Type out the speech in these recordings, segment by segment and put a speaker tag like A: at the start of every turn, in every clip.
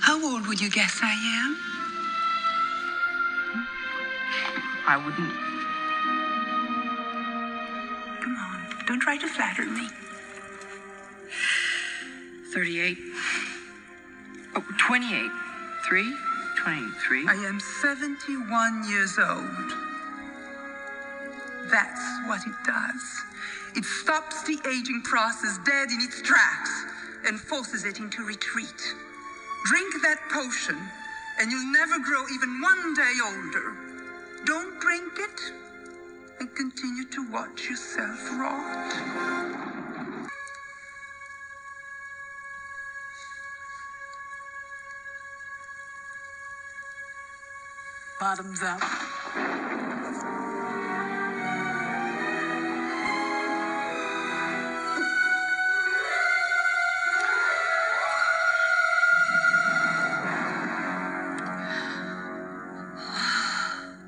A: How old would you guess I am?
B: I wouldn't.
A: Come on, don't try to flatter me.
B: 38. Oh, 28. 3? 23.
A: I am 71 years old. That's what it does. It stops the aging process dead in its tracks and forces it into retreat. Drink that potion, and you'll never grow even one day older. Don't drink it, and continue to watch yourself rot.
C: Bottoms up.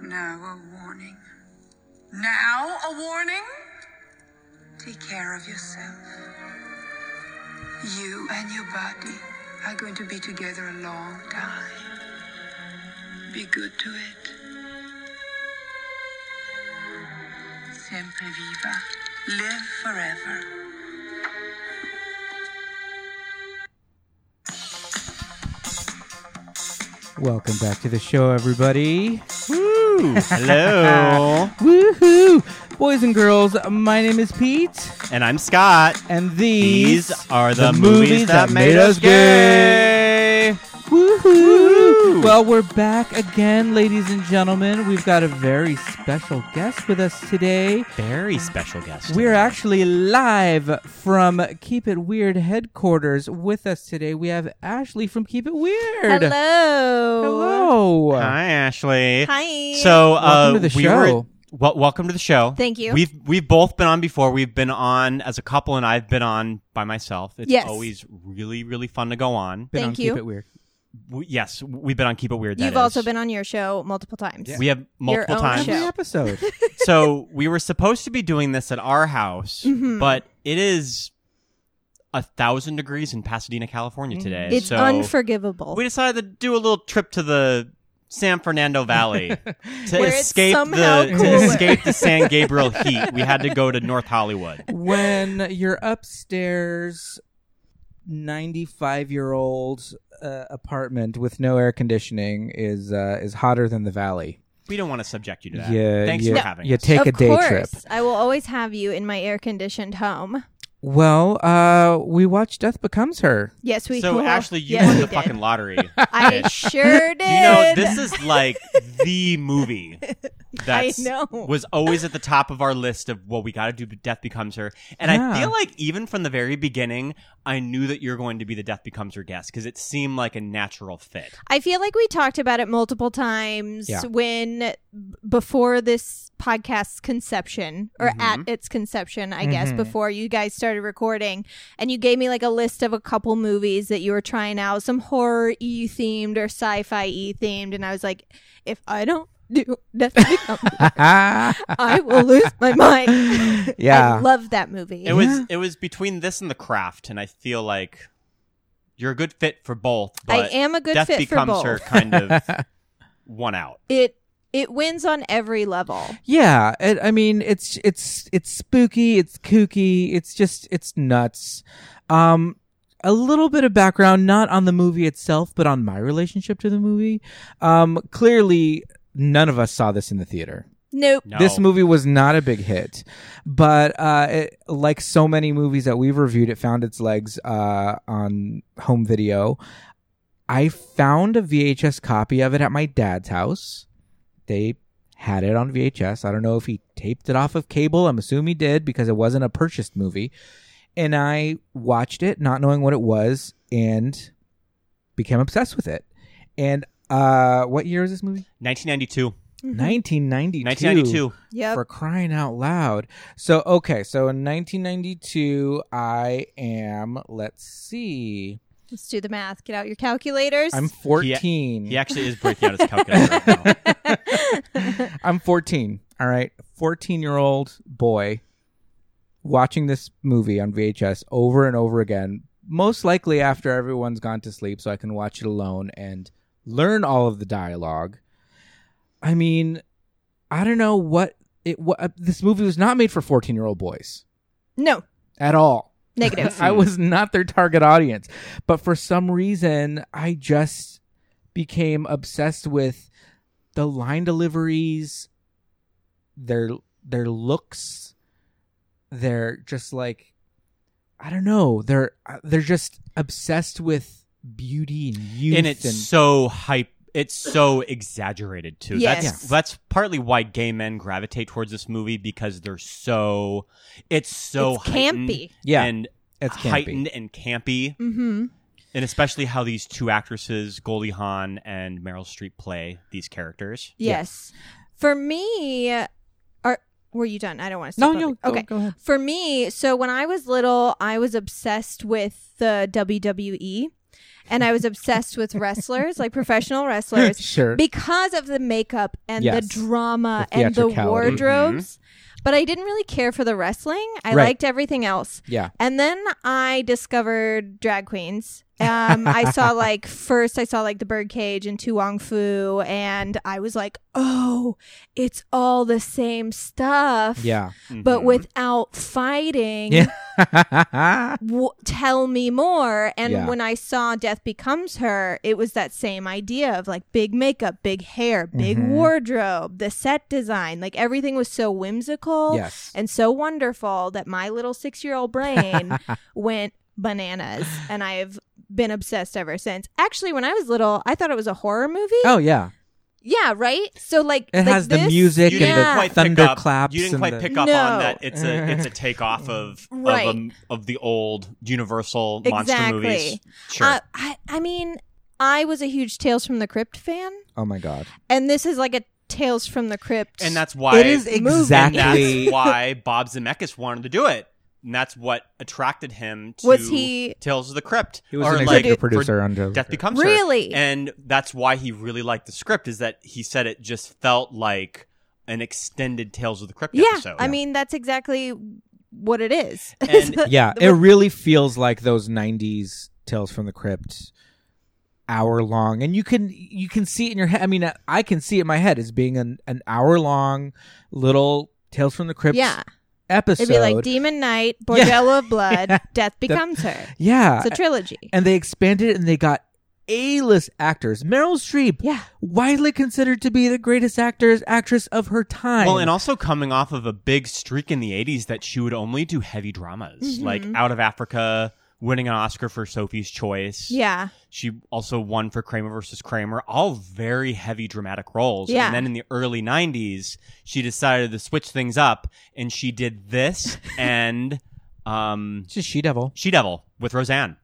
A: Now a warning.
C: Now a warning?
A: Take care of yourself. You and your body are going to be together a long time. Be good to it. Sempre viva. Live forever.
D: Welcome back to the show, everybody.
E: Woo! Hello.
D: Woohoo! Boys and girls, my name is Pete,
E: and I'm Scott.
D: and these,
E: These are the, movies, that, made us gay.
D: Woohoo!
E: Woo!
D: Well, we're back again, ladies and gentlemen. We've got a very special guest with us today.
E: Very special guest.
D: We're
E: today.
D: actually live from Keep It Weird headquarters. With us today, we have Ashley from Keep It Weird.
F: Hello.
D: Hello.
E: Hi, Ashley.
F: Hi.
E: So, uh,
D: Welcome to the
E: we
D: show.
E: Were, well, welcome to the show.
F: Thank you.
E: We've we've both been on before. We've been on as a couple, and I've been on by myself. It's
F: Yes.
E: always really really fun to go on.
D: Been on
F: Thank
D: Keep
F: you.
D: It Weird.
E: We, yes, we've been on Keep It Weird. that
F: You've also
E: is.
F: been on your show multiple times.
E: We have multiple
F: own
E: times.
D: Every
F: show.
D: episode.
E: so we were supposed to be doing this at our house,
F: Mm-hmm.
E: but it is a thousand degrees in Pasadena, California today.
F: Mm-hmm. It's
E: so
F: unforgivable.
E: we decided to do a little trip to the San Fernando Valley to
F: Where it's
E: escape
F: somehow
E: the to
F: cooler.
E: escape the San Gabriel heat. We had to go to North Hollywood.
D: when your upstairs 95 year old uh, apartment with no air conditioning is uh, is hotter than the valley.
E: We don't want to subject you to that.
D: Yeah,
E: Thanks
D: yeah,
E: for having
D: you
E: us.
D: take
F: of
D: a day
F: course,
D: trip.
F: I will always have you in my air conditioned home.
D: Well, uh, we watched Death Becomes Her.
F: Yes, we.
E: so
F: will.
E: Ashley, you
F: yes,
E: won
F: we
E: the
F: did.
E: fucking lottery.
F: I sure did.
E: You know, this is like the movie that
F: know.
E: was always at the top of our list of well, we got to do Death Becomes Her, and
D: Yeah.
E: I feel like even from the very beginning, I knew that you're going to be the Death Becomes Her guest because it seemed like a natural fit.
F: I feel like we talked about it multiple times
D: Yeah.
F: when b- before this podcast's conception or
D: Mm-hmm.
F: at its conception, I guess, before you guys started recording. And you gave me like a list of a couple movies that you were trying out, some horror e themed or sci fi e themed. And I was like, if I don't do that, I will lose my mind.
D: Yeah.
F: I love that movie.
E: It was it was between this and The Craft, and I feel like you're a good fit for both.
F: I
E: But
F: am a good
E: Death
F: fit for
E: Becomes
F: both.
E: Her kind of one out.
F: It it wins on every level.
D: Yeah, it, I mean it's it's it's spooky, it's kooky, it's just it's nuts. Um a little bit of background not on the movie itself but on my relationship to the movie. Um clearly none of us saw this in the theater.
F: Nope.
E: No.
D: This movie was not a big hit, but uh, it, like so many movies that we've reviewed, it found its legs uh, on home video. I found a VHS copy of it at my dad's house. They had it on VHS. I don't know if he taped it off of cable. I'm assuming he did because it wasn't a purchased movie. And I watched it, not knowing what it was, and became obsessed with it. And uh, what year is this movie?
E: Mm-hmm. 1992,
D: 1992.
E: 1992.
F: Mm-hmm. Yep.
D: For crying out loud. So, okay. So in 1992, I am, let's see,
F: Let's do the math. Get out your calculators.
D: I'm 14.
E: He actually is breaking out his calculator right now.
D: I'm 14. All right. 14 year old boy watching this movie on VHS over and over again, most likely after everyone's gone to sleep, so I can watch it alone and learn all of the dialogue. I mean, I don't know what it. What uh, this movie was not made for fourteen-year-old boys
F: No,
D: at all.
F: negative.
D: I was not their target audience. But for some reason, I just became obsessed with the line deliveries, their their looks, their just like I don't know, they're uh, they're just obsessed with beauty and youth
E: and it's so hype. It's so exaggerated too. That's
F: Yes.
E: that's partly why gay men gravitate towards this movie because they're so. It's so
F: It's
E: heightened
F: campy.
D: Yeah,
E: and
D: it's campy.
E: heightened and campy,
F: mm-hmm.
E: and especially how these two actresses, Goldie Hawn and Meryl Streep, play these characters.
F: Yes. For me, are were you done? I don't want to.
D: No,
F: step on
D: no,
F: you.
D: go-
F: okay.
D: go ahead.
F: For me, so when I was little, I was obsessed with the WWE, and I was obsessed with wrestlers, like professional wrestlers,
D: Sure.
F: because of the makeup and
D: Yes.
F: the drama
D: The
F: and the
D: theatricality. Mm-hmm.
F: wardrobes. But I didn't really care for the wrestling. I
D: Right.
F: liked everything else.
D: yeah.
F: And then I discovered drag queens. Um, I saw like first I saw like the birdcage and Tu Wong Fu, and I was like, oh, it's all the same stuff,
D: Yeah.
F: but
E: Mm-hmm.
F: without fighting.
D: Yeah.
F: W- tell me more. And
D: Yeah.
F: when I saw Death Becomes Her, it was that same idea of like big makeup, big hair, big
D: Mm-hmm.
F: wardrobe, the set design, like everything was so whimsical
D: yes.
F: and so wonderful that my little six year old brain went bananas. And I've been obsessed ever since. Actually, when I was little, I thought it was a horror movie.
D: Oh yeah.
F: Yeah, right? So, like,
D: It
F: like
D: has the
F: this-
D: music
E: You
D: and
E: didn't
F: Yeah.
D: the
E: quite pick up-
D: thunderclaps.
E: You didn't
D: and
E: quite
D: the-
E: pick up
F: No.
E: on that. It's a it's a takeoff of
F: Right.
E: of, um, of the old Universal monster
F: Exactly.
E: movies. Sure.
F: Uh, I, I mean, I was a huge Tales from the Crypt fan,
D: Oh my god.
F: and this is like a Tales from the Crypt.
E: and that's why
D: it is
E: and
D: exactly
E: that's why Bob Zemeckis wanted to do it. And that's what attracted him to
F: Was he-
E: Tales of the Crypt.
D: He was
E: or
D: an
E: like
D: executive
E: for
D: producer on Joe.
E: Death Becomes Her.
F: Really?
E: And that's why he really liked the script is that he said it just felt like an extended Tales of the Crypt
F: yeah,
E: episode.
F: I mean, that's exactly what it is.
E: And-
D: yeah, it really feels like those '90s Tales from the Crypt hour long, and you can you can see it in your head. I mean, I can see it in my head as being an an hour long little Tales from the Crypt
F: yeah,
D: episode.
F: it'd be like Demon Knight, Bordello of Blood, Death Becomes Her.
D: yeah,
F: It's a trilogy.
D: and they expanded it and they got A-list actors. Meryl Streep,
F: Yeah.
D: widely considered to be the greatest actors actress of her time.
E: Well, and also coming off of a big streak in the 80s that she would only do heavy dramas, like
F: Mm-hmm.
E: Out of Africa, winning an Oscar for Sophie's Choice.
F: Yeah.
E: She also won for Kramer versus Kramer, all very heavy dramatic roles.
F: Yeah.
E: And then in the early 90s, she decided to switch things up and she did this and um,
D: she's She Devil.
E: She Devil with Roseanne.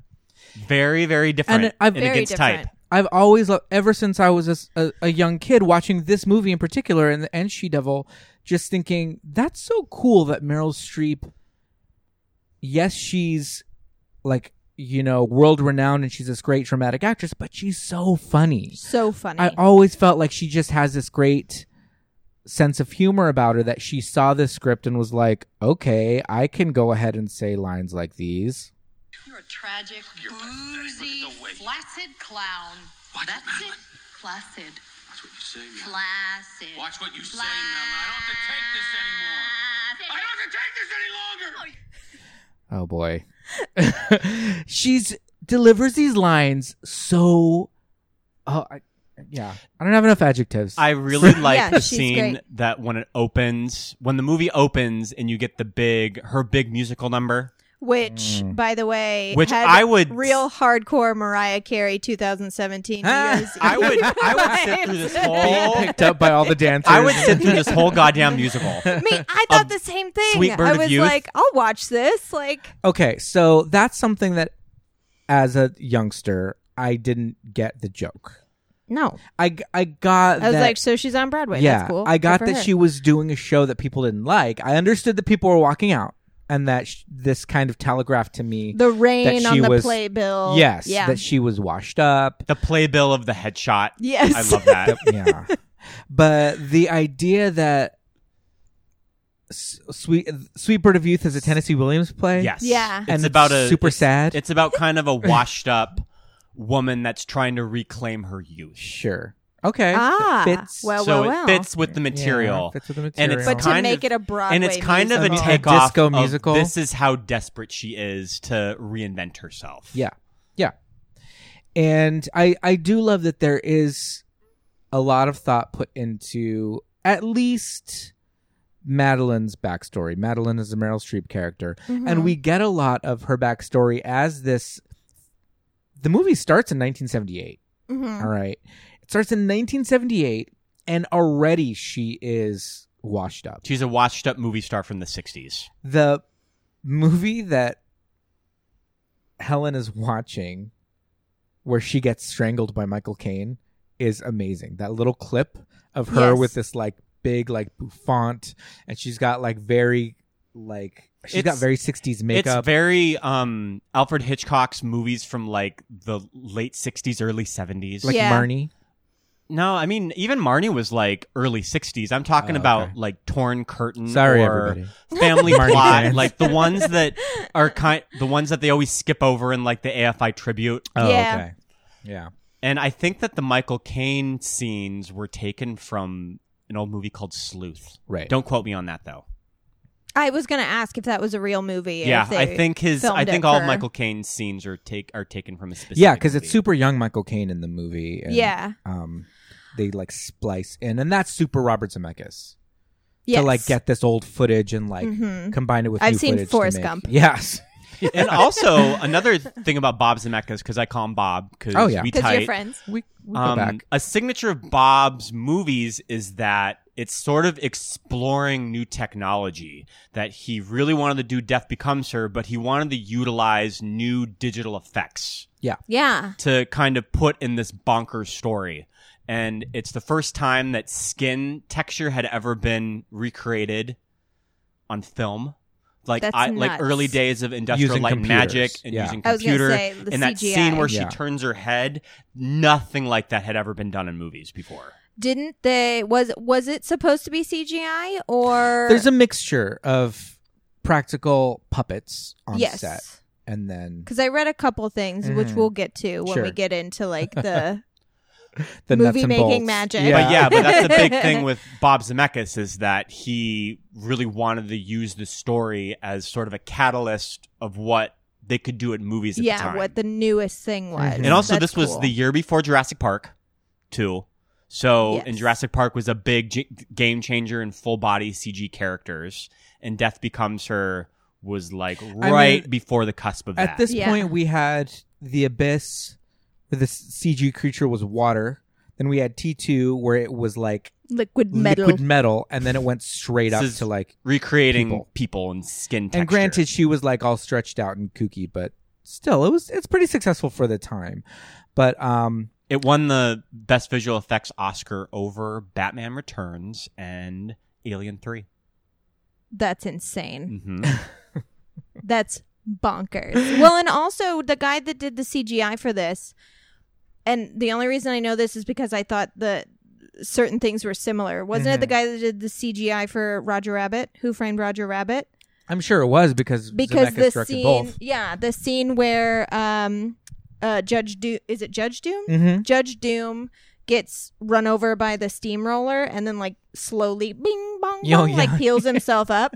E: Very, very
D: And
E: different and,
D: I've-
F: Very
E: against
F: different.
E: type.
D: I've always loved ever since I was a, s- a- a young kid watching this movie in particular and and She Devil, just thinking that's so cool that Meryl Streep. Yes, she's like you know world renowned and she's this great dramatic actress, but she's so funny.
F: So funny.
D: I always felt like she just has this great sense of humor about her that she saw this script and was like, okay, I can go ahead and say lines like these.
G: You're a tragic, boozy, flaccid clown. That's it. Flaccid.
H: That's what you say, Mel.
G: Flaccid.
H: Watch what you say, Mel. I don't have to take this anymore. I don't have to take this any longer.
D: Oh boy. She's delivers these lines so oh I, yeah. I don't have enough adjectives.
E: I really like
F: Yeah,
E: the
F: she's
E: scene
F: great.
E: that when it opens, when the movie opens and you get the big, her big musical number.
F: which, by the way,
E: Mm. Which
F: had
E: I would-
F: real hardcore Mariah Carey 2017. New
D: Ah,
F: Year's
E: I would,
F: Eve
E: I would sit through
F: vibes.
E: this whole,
D: picked up by all the dancers.
E: I would sit through this whole goddamn musical.
F: Me, I thought the same thing.
E: Sweet Bird
F: I
E: of
F: was
E: Youth.
F: like, I'll watch this. Like,
D: Okay, so that's something that as a youngster I didn't get the joke.
F: no.
D: I, g- I got
F: I was
D: that,
F: like, so she's on Broadway.
D: yeah,
F: That's cool.
D: I got
F: Good for
D: that
F: her.
D: she was doing a show that people didn't like. I understood that people were walking out and that sh- this kind of telegraphed to me
F: The rain
D: that
F: on
D: she
F: the
D: was-
F: playbill.
D: yes,
F: Yeah.
D: that she was washed up,
E: The playbill of the headshot.
F: yes.
E: I love that.
D: yeah. But the idea that S- Sweet Sweet Bird of Youth is a Tennessee Williams play.
E: Yes.
F: Yeah.
E: It's
D: And it's
E: about a
D: super
E: it's-
D: sad.
E: It's about kind of a washed up woman that's trying to reclaim her youth.
D: Sure. Okay.
F: Ah,
D: That fits.
F: well,
E: so
F: well, well.
E: it fits with the material.
D: fits with the
E: And
D: material.
E: it's
D: But
F: to
E: kind
F: make
E: of,
F: it a
E: And it's
F: Broadway
E: kind of a
F: musical.
D: A
E: takeoff
D: disco
E: of
D: musical.
E: This is how desperate she is to reinvent herself.
D: Yeah. Yeah. And I I do love that there is a lot of thought put into at least Madeline's backstory. Madeline is a Meryl Streep character.
F: Mm-hmm.
D: And we get a lot of her backstory as this the movie starts in 1978.
F: Mhm.
D: All right. It starts in 1978 and already she is washed up.
E: She's a washed up movie star from the 60s.
D: the movie that Helen is watching where she gets strangled by Michael Caine is amazing. That little clip of her
F: Yes.
D: with this like big like bouffant and she's got like very like she's got
E: It's-
D: very 60s
E: It's
D: makeup.
E: very um, Alfred Hitchcock's movies from like the late 60s, early 70s.
D: like
F: Yeah.
D: Marnie.
E: No, I mean even Marnie was like early '60s. I'm talking
D: Oh,
E: about
D: okay.
E: like torn curtain.
D: Sorry,
E: or
D: everybody.
E: Family
D: Marnie
E: plot,
D: fans.
E: like the ones that are kind, the ones that they always skip over in like the AFI tribute.
F: Oh, Yeah.
D: okay. Yeah.
E: And I think that the Michael Caine scenes were taken from an old movie called Sleuth.
D: Right.
E: Don't quote me on that though.
F: I was gonna ask if that was a real movie. or
E: yeah,
F: if they
E: I think his, I
F: filmed
E: think
F: it
E: all of
F: for-
E: Michael Caine's scenes are take are taken from a specific.
D: Yeah, cuz it's
E: movie.
D: super young Michael Caine in the movie and,
F: Yeah.
D: Um they like splice in and that's super Robert Zemeckis.
F: Yes. Mm-hmm.
D: to like get this old footage and like combine it with.
F: I've
D: new
F: seen
D: footage to
F: Forrest
D: make-
F: Gump.
D: Yes.
E: And also another thing about Bob Zemeckis because I call him Bob because
D: Oh, yeah.
E: we
F: 'Cause you're
E: tight.
F: friends.
D: We, we go
E: Um,
D: back.
E: a signature of Bob's movies is that it's sort of exploring new technology that he really wanted to do Death Becomes Her, but he wanted to utilize new digital effects
F: Yeah.
E: to kind of put in this bonkers story. And it's the first time that skin texture had ever been recreated on film. Like
F: That's
E: I, like
F: nuts.
E: early days of industrial
D: Using
E: light and magic
D: computers.
E: and
D: Yeah.
E: using
F: I was gonna
E: computer
F: say, the
E: and that
F: CGI.
E: scene where
D: Yeah.
E: she turns her head, nothing like that had ever been done in movies before.
F: Didn't they? Was was it supposed to be CGI or?
D: There's a mixture of practical puppets on
F: yes.
D: set, and then
F: Because I read a couple things, which we'll get to when
D: Sure.
F: we get into like the
D: the
F: Movie
D: nuts and
F: making
D: bolts.
F: magic.
E: But yeah, but that's the big thing with Bob Zemeckis is that he really wanted to use the story as sort of a catalyst of what they could do in movies at the
F: yeah
E: time.
F: what the newest thing
D: Mm-hmm.
F: was.
E: And also,
F: That's
E: this was
F: cool.
E: the year before Jurassic Park, too. So,
F: Yes.
E: and Jurassic Park was a big g- game changer in full body CG characters, and Death Becomes Her was like right
D: mean,
E: before the cusp of
D: At
E: that.
D: this
F: Yeah.
D: point, we had the abyss, where the CG creature was water. Then we had T two, where it was like
F: liquid metal.
D: liquid metal, and then it went straight
E: This
D: up
E: is
D: to like.
E: recreating
D: people.
E: people. and skin texture.
D: And granted, she was like all stretched out and kooky, but still, it was it's pretty successful for the time. But um,
E: it won the Best Visual Effects Oscar over Batman Returns and Alien 3.
F: That's insane.
E: hmm
D: Mm.
F: That's bonkers. well, and also the guy that did the CGI for this, and the only reason I know this is because I thought that certain things were similar. Wasn't it the
D: Mm-hmm.
F: guy that did the CGI for Roger Rabbit? Who framed Roger Rabbit?
D: I'm sure it was because
F: Because
D: Zemeckis
F: the
D: directed
F: scene,
D: both.
F: yeah, the scene where um, uh, Judge Doom is it Judge Doom?
E: Mm-hmm.
D: Mhm.
F: Judge Doom gets run over by the steamroller and then like slowly bing bong,
D: Yo,
F: bong,
D: Oh, yeah.
F: like peels himself up.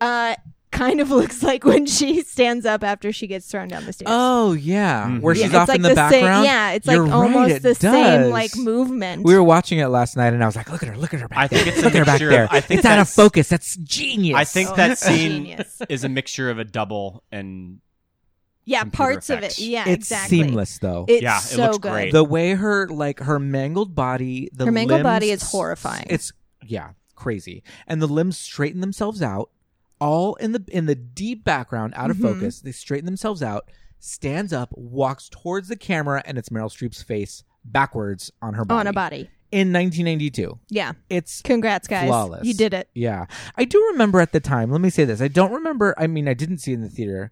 F: Uh, kind of looks like when she stands up after she gets thrown down the stairs.
D: Oh yeah,
E: Mhm.
D: where
F: Yeah,
D: she's
F: it's
D: off
F: like
D: in the,
F: same-
D: background.
F: yeah, it's like
D: You're right,
F: almost
D: it
F: the same
D: does.
F: like movement. Oh,
D: We were watching it last night, and I was like, "Look at her! Look at her back
E: I think
D: there.
E: it's a
D: look at her back
E: mixture of-
D: there.
E: I think
D: it's out of
E: that's-
D: focus. That's genius."
E: I think
F: Oh,
E: that
F: that's
E: scene
F: genius.
E: is a mixture of a double and
F: yeah,
E: computer
F: parts
E: effects.
F: of it. Yeah,
D: it's
F: exactly.
D: seamless though.
F: It's
E: Yeah, it
F: so
E: looks
F: good.
E: great.
D: the way her like her mangled body, the
F: Her mangled
D: limbs-
F: body is horrifying.
D: It's yeah, crazy. And the limbs straighten themselves out, all in the in the deep background, out of
F: Mm-hmm.
D: focus. They straighten themselves out. Stands up, walks towards the camera, and it's Meryl Streep's face backwards on her body.
F: on a body.
D: in 1992.
F: Yeah.
D: It's
F: Congrats, guys.
D: flawless.
F: You did it.
D: Yeah. I do remember at the time, let me say this. I don't remember, I mean, I didn't see it in the theater.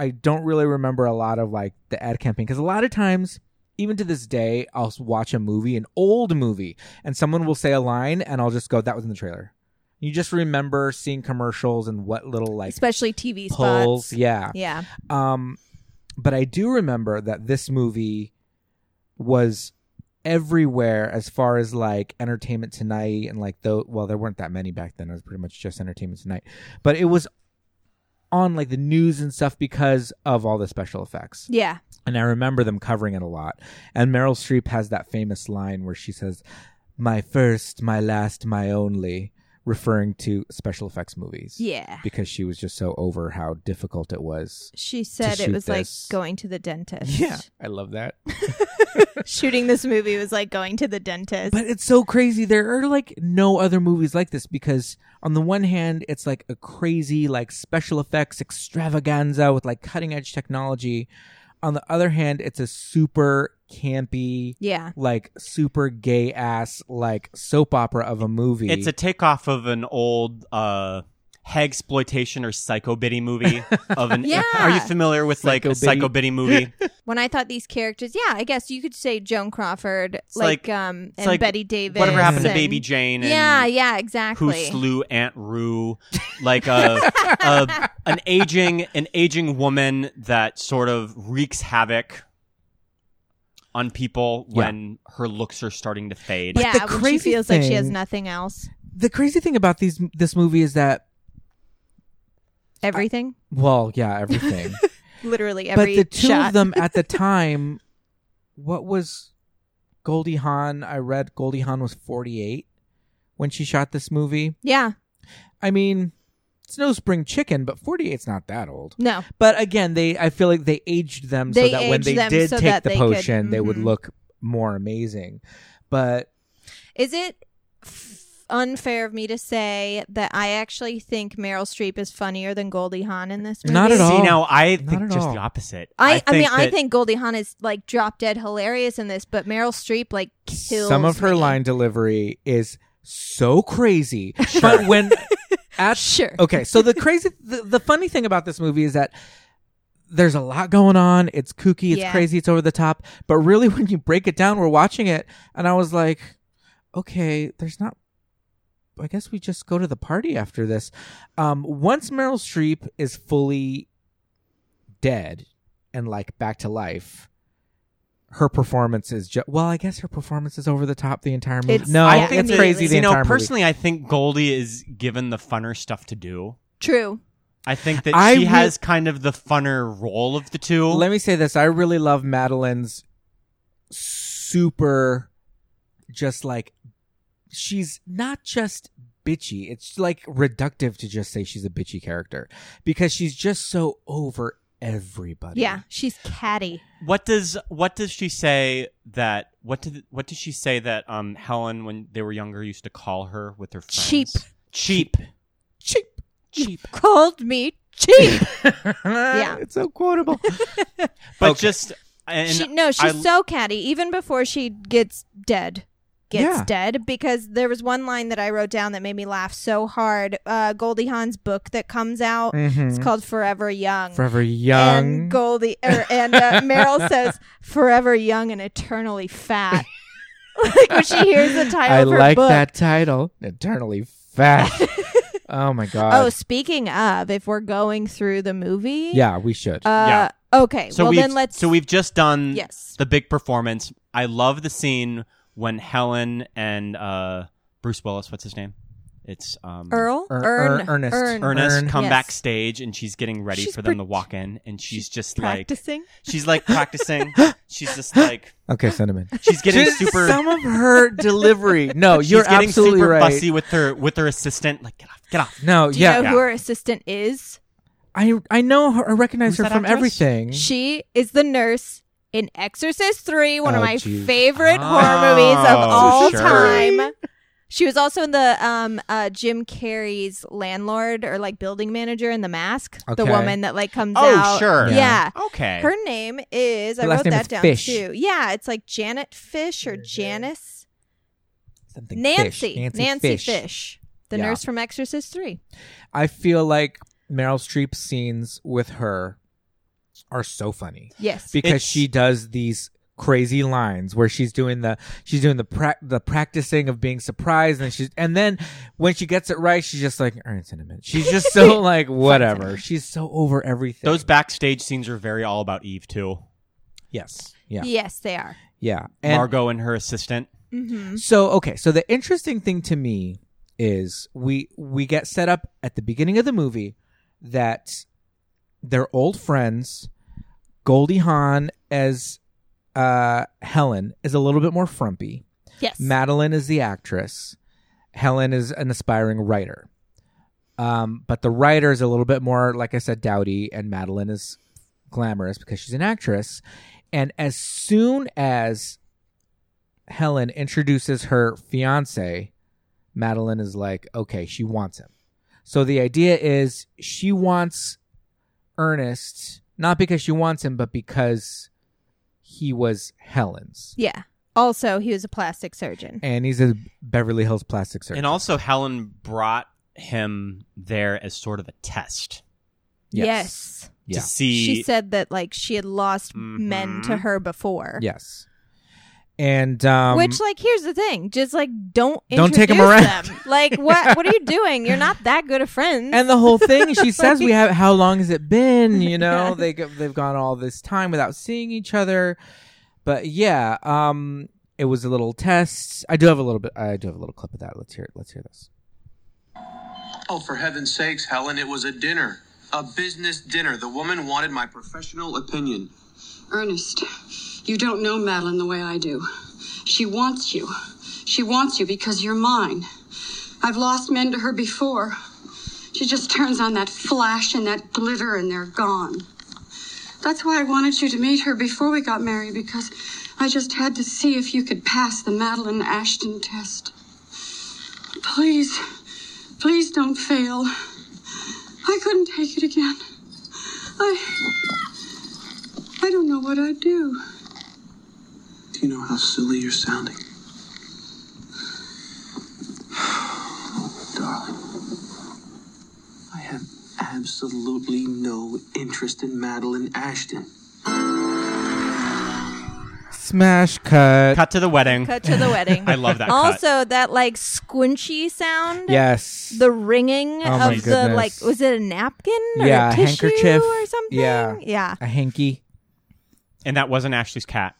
D: I don't really remember a lot of like the ad campaign because a lot of times, even to this day, I'll s- watch a movie, an old movie, and someone will say a line and I'll just go, that was in the trailer. You just remember seeing commercials and what little like
F: especially TV
D: pulls.
F: spots.
D: Yeah.
F: Yeah.
D: Um, but I do remember that this movie was everywhere as far as like Entertainment Tonight and like though well there weren't that many back then. It was pretty much just Entertainment Tonight, but it was on like the news and stuff because of all the special effects.
F: Yeah.
D: And I remember them covering it a lot. And Meryl Streep has that famous line where she says, My first, my last, my only, referring to special effects movies.
F: Yeah.
D: Because she was just so over how difficult it was.
F: She said
D: shoot
F: it was
D: this.
F: like going to the dentist.
D: I love that.
F: Shooting this movie was like going to the dentist.
D: But it's so crazy. There are like no other movies like this because on the one hand, it's like a crazy like special effects extravaganza with like cutting edge technology. On the other hand, it's a super campy,
F: yeah.
D: like super gay ass like soap opera of a movie.
E: It's a takeoff of an old uh hag exploitation or psychobiddy movie of an
F: Yeah.
E: Are you familiar with like a
D: Psychobiddy.
E: psychobiddy movie?
F: When I thought these characters, yeah, I guess you could say Joan Crawford,
E: like-
F: like, um,
E: it's
F: and
E: like
F: Betty Davis.
E: Whatever happened to
F: and-
E: Baby Jane and
F: Yeah, yeah,
E: Who
F: exactly.
E: slew Aunt Rue? Like a, a an aging an aging woman that sort of wreaks havoc on people
D: Yeah.
E: when her looks are starting to fade.
F: yeah,
D: the
F: when she
D: crazy
F: feels like she has
D: thing-
F: nothing else.
D: the crazy thing about these this movie is that
F: Everything.
D: well, yeah, everything.
F: Literally
D: but
F: every
D: the two
F: shot.
D: of them at the time, what was Goldie Hawn? I read Goldie Hawn was forty eight when she shot this movie.
F: yeah.
D: I mean, it's no spring chicken, but forty eight's not that old.
F: No.
D: But again, they I feel like they aged them
F: They
D: so that when
F: aged
D: they
F: them
D: did
F: so
D: take
F: that
D: the
F: they could-
D: potion, they would
F: mhm.
D: look more amazing. But
F: Is it f- unfair of me to say that I actually think Meryl Streep is funnier than Goldie Hawn in this movie?
D: Not at all.
E: See now, I
D: at
E: think just
D: all.
E: the opposite.
F: I, I, mean, I
E: that-
F: think Goldie Hawn is like drop dead hilarious in this, but Meryl Streep like kills
D: some of her
F: me.
D: line delivery is so crazy. But when at
F: Sure.
D: okay, so the crazy, the, the funny thing about this movie is that there's a lot going on. It's kooky, it's
F: Yeah.
D: crazy, it's over the top. But really, when you break it down, we're watching it, and I was like, okay, there's not. I guess we just go to the party after this. Um, once Meryl Streep is fully dead and like back to life, her performance is just well. I guess her performance is over the top the entire movie.
F: It's-
D: no,
F: I
E: I
F: think
D: it's
E: that-
D: crazy. The
E: you know,
D: entire movie.
E: personally, I think Goldie is given the funner stuff to do.
F: True.
E: I think that
D: I
E: she
D: re-
E: has kind of the funner role of the two.
D: Let me say this. I really love Madeline's super just like she's not just bitchy. It's like reductive to just say she's a bitchy character because she's just so over everybody.
F: Yeah, she's catty.
E: what does what does she say that what did what does she say that um Helen when they were younger used to call her with her friends?
F: Cheap.
E: Cheap.
D: Cheap.
E: Cheap.
F: Called me cheap.
D: yeah. It's so quotable.
E: But
D: Okay.
E: just and
F: she, no, she's
E: I-
F: so catty. Even before she gets dead, gets
D: Yeah.
F: dead, because there was one line that I wrote down that made me laugh so hard. Uh, Goldie Hawn's book that comes out. It's called Forever Young.
D: Mm-hmm. Forever young.
F: And Goldie er, and uh, Meryl says, "Forever young and eternally fat." like when she hears the title
D: I
F: of her
D: like
F: book.
D: that title. Eternally fat. oh my god.
F: Oh, speaking of, if we're going through the movie,
D: yeah, we should.
F: uh, Okay.
E: so
F: well,
E: we've
F: then let's.
E: so we've just done
F: Yes.
E: the big performance. I love the scene when Helen and uh Bruce Willis, what's his name? It's um
F: Earl,
D: Er-
F: Earn,
D: Er- Ernest.
F: Earn.
E: Ernest
D: Ern.
E: come
F: Yes.
E: backstage and she's getting ready
F: She's
E: for them
F: pre-
E: to walk in and she's, just
F: practicing.
E: like she's like practicing. she's just like
D: okay, cinnamon.
E: she's getting super
D: Some of her delivery. No,
E: she's
D: you're
E: getting
D: absolutely
E: super
D: right.
E: fussy with her with her assistant like get off, get off.
D: No,
F: Do you
D: Oh, yeah,
F: know who her assistant is?
D: I I know her. I recognize
E: Who's
D: her
E: that
D: from
E: actress?
D: everything.
F: She is the nurse in Exorcist 3, one
D: Oh,
F: of my
D: geez. Ah.
F: favorite
E: Oh,
F: horror movies of all
E: sure.
F: time. She was also in the um, uh, Jim Carrey's landlord or like building manager in The Mask, the
D: Okay.
F: woman that like comes
E: Oh,
F: out.
E: sure.
F: Yeah.
E: Okay.
F: Her name is, I
D: Her last
F: wrote
D: name
F: that
D: is
F: down
D: Fish.
F: too. Yeah, it's like Janet Fish or Janice.
D: Something
F: Nancy.
D: Fish.
F: Nancy, Fish. The
D: Yeah.
F: nurse from Exorcist 3.
D: I feel like Meryl Streep's scenes with her are so funny
F: Yes.
D: because
E: It's-
D: she does these crazy lines where she's doing the she's doing the pra- the practicing of being surprised and she's and then when she gets it right she's just like all right sentiment she's just so like whatever she's so over everything
E: Those backstage scenes are very all about Eve too.
D: yes yeah yeah,
F: Yes, they are. Mm-hmm.
D: and
E: Margot and her assistant.
D: so okay so the interesting thing to me is we we get set up at the beginning of the movie that they're old friends Goldie Hawn as uh Helen is a little bit more frumpy
F: Yes.
D: Madeline is the actress. Helen is an aspiring writer. Um, but the writer is a little bit more, like I said, dowdy, and Madeline is glamorous because she's an actress. And as soon as Helen introduces her fiance, Madeline is like, okay, she wants him. So the idea is she wants Ernest, not because she wants him, but because he was Helen's.
F: yeah. Also, he was a plastic surgeon.
D: And he's a Beverly Hills plastic surgeon.
E: And also Helen brought him there as sort of a test
F: Yes.
D: Yeah.
E: to see
F: She said that like she had lost men
D: Mm-hmm.
F: to her before.
D: Yes. And um
F: Which, like, here's the thing: just like, don't
D: Don't take 'em
F: introduce
D: around.
F: them. Like, what? What are you doing? You're not that good of friends.
D: and the whole thing she says we have how long has it been, you know? They go- they've gone all this time without seeing each other. But yeah, um it was a little test. I do have a little bit I do have a little clip of that. Let's hear it. Let's hear this.
I: Oh, for heaven's sakes, Helen, it was a dinner. A business dinner. The woman wanted my professional opinion.
J: Ernest, you don't know Madeline the way I do. She wants you. She wants you because you're mine. I've lost men to her before. She just turns on that flash and that glitter and they're gone. That's why I wanted you to meet her before we got married because I just had to see if you could pass the Madeline Ashton test. Please, please don't fail. I couldn't take it again. I. I don't know what I'd do.
I: Do you know how silly you're sounding? Darling, I have absolutely no interest in Madeline Ashton.
D: Smash cut.
E: cut to the wedding.
F: cut to the wedding.
E: I love that cut.
F: Also, that like squinchy sound.
D: Yes.
F: The ringing
D: Oh my
F: of the
D: goodness.
F: like was it a napkin or
D: yeah,
F: a
D: a
F: tissue
D: handkerchief
F: or something?
D: Yeah.
F: Yeah.
D: A hanky.
E: And that wasn't Ashley's cat.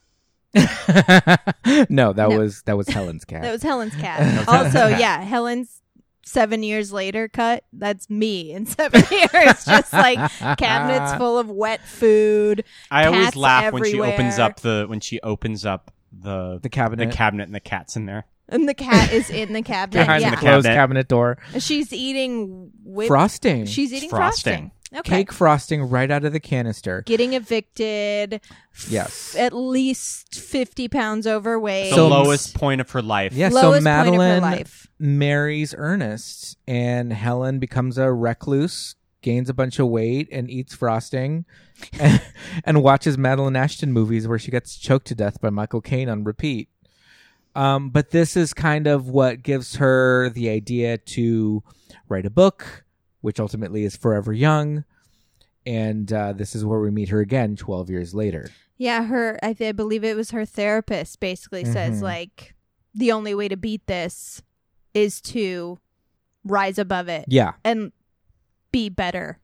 D: no, that was that was Helen's cat.
F: That was Helen's cat. also, yeah, Helen's seven years later cut. That's me in seven years. Just like cabinets full of wet food.
E: I always
F: cats
E: laugh when she opens
F: everywhere,
E: up the when she opens up the
D: The cabinet.
E: the cabinet and the cat's in there.
F: and the cat is in the cabinet.
D: behind
F: yeah,
D: the closed
E: Cabinet.
D: cabinet door.
F: she's eating whip-
D: Frosting.
F: She's eating frosting.
E: Frosting.
F: Okay.
D: cake frosting right out of the canister.
F: getting evicted. f-
D: Yes.
F: at least fifty pounds overweight.
E: The
D: So-
E: lowest point of her life.
D: Yeah, so
F: Lowest point of her
D: Madeline
F: life.
D: marries Ernest, and Helen becomes a recluse, gains a bunch of weight, and eats frosting, and, and watches Madeline Ashton movies where she gets choked to death by Michael Caine on repeat. Um, but this is kind of what gives her the idea to write a book, which ultimately is Forever Young. And uh, this is where we meet her again 12 years later.
F: yeah, her. I, th- I believe it was her therapist. Basically,
D: Mm-hmm.
F: says like the only way to beat this is to rise above it
D: Yeah.
F: and be better.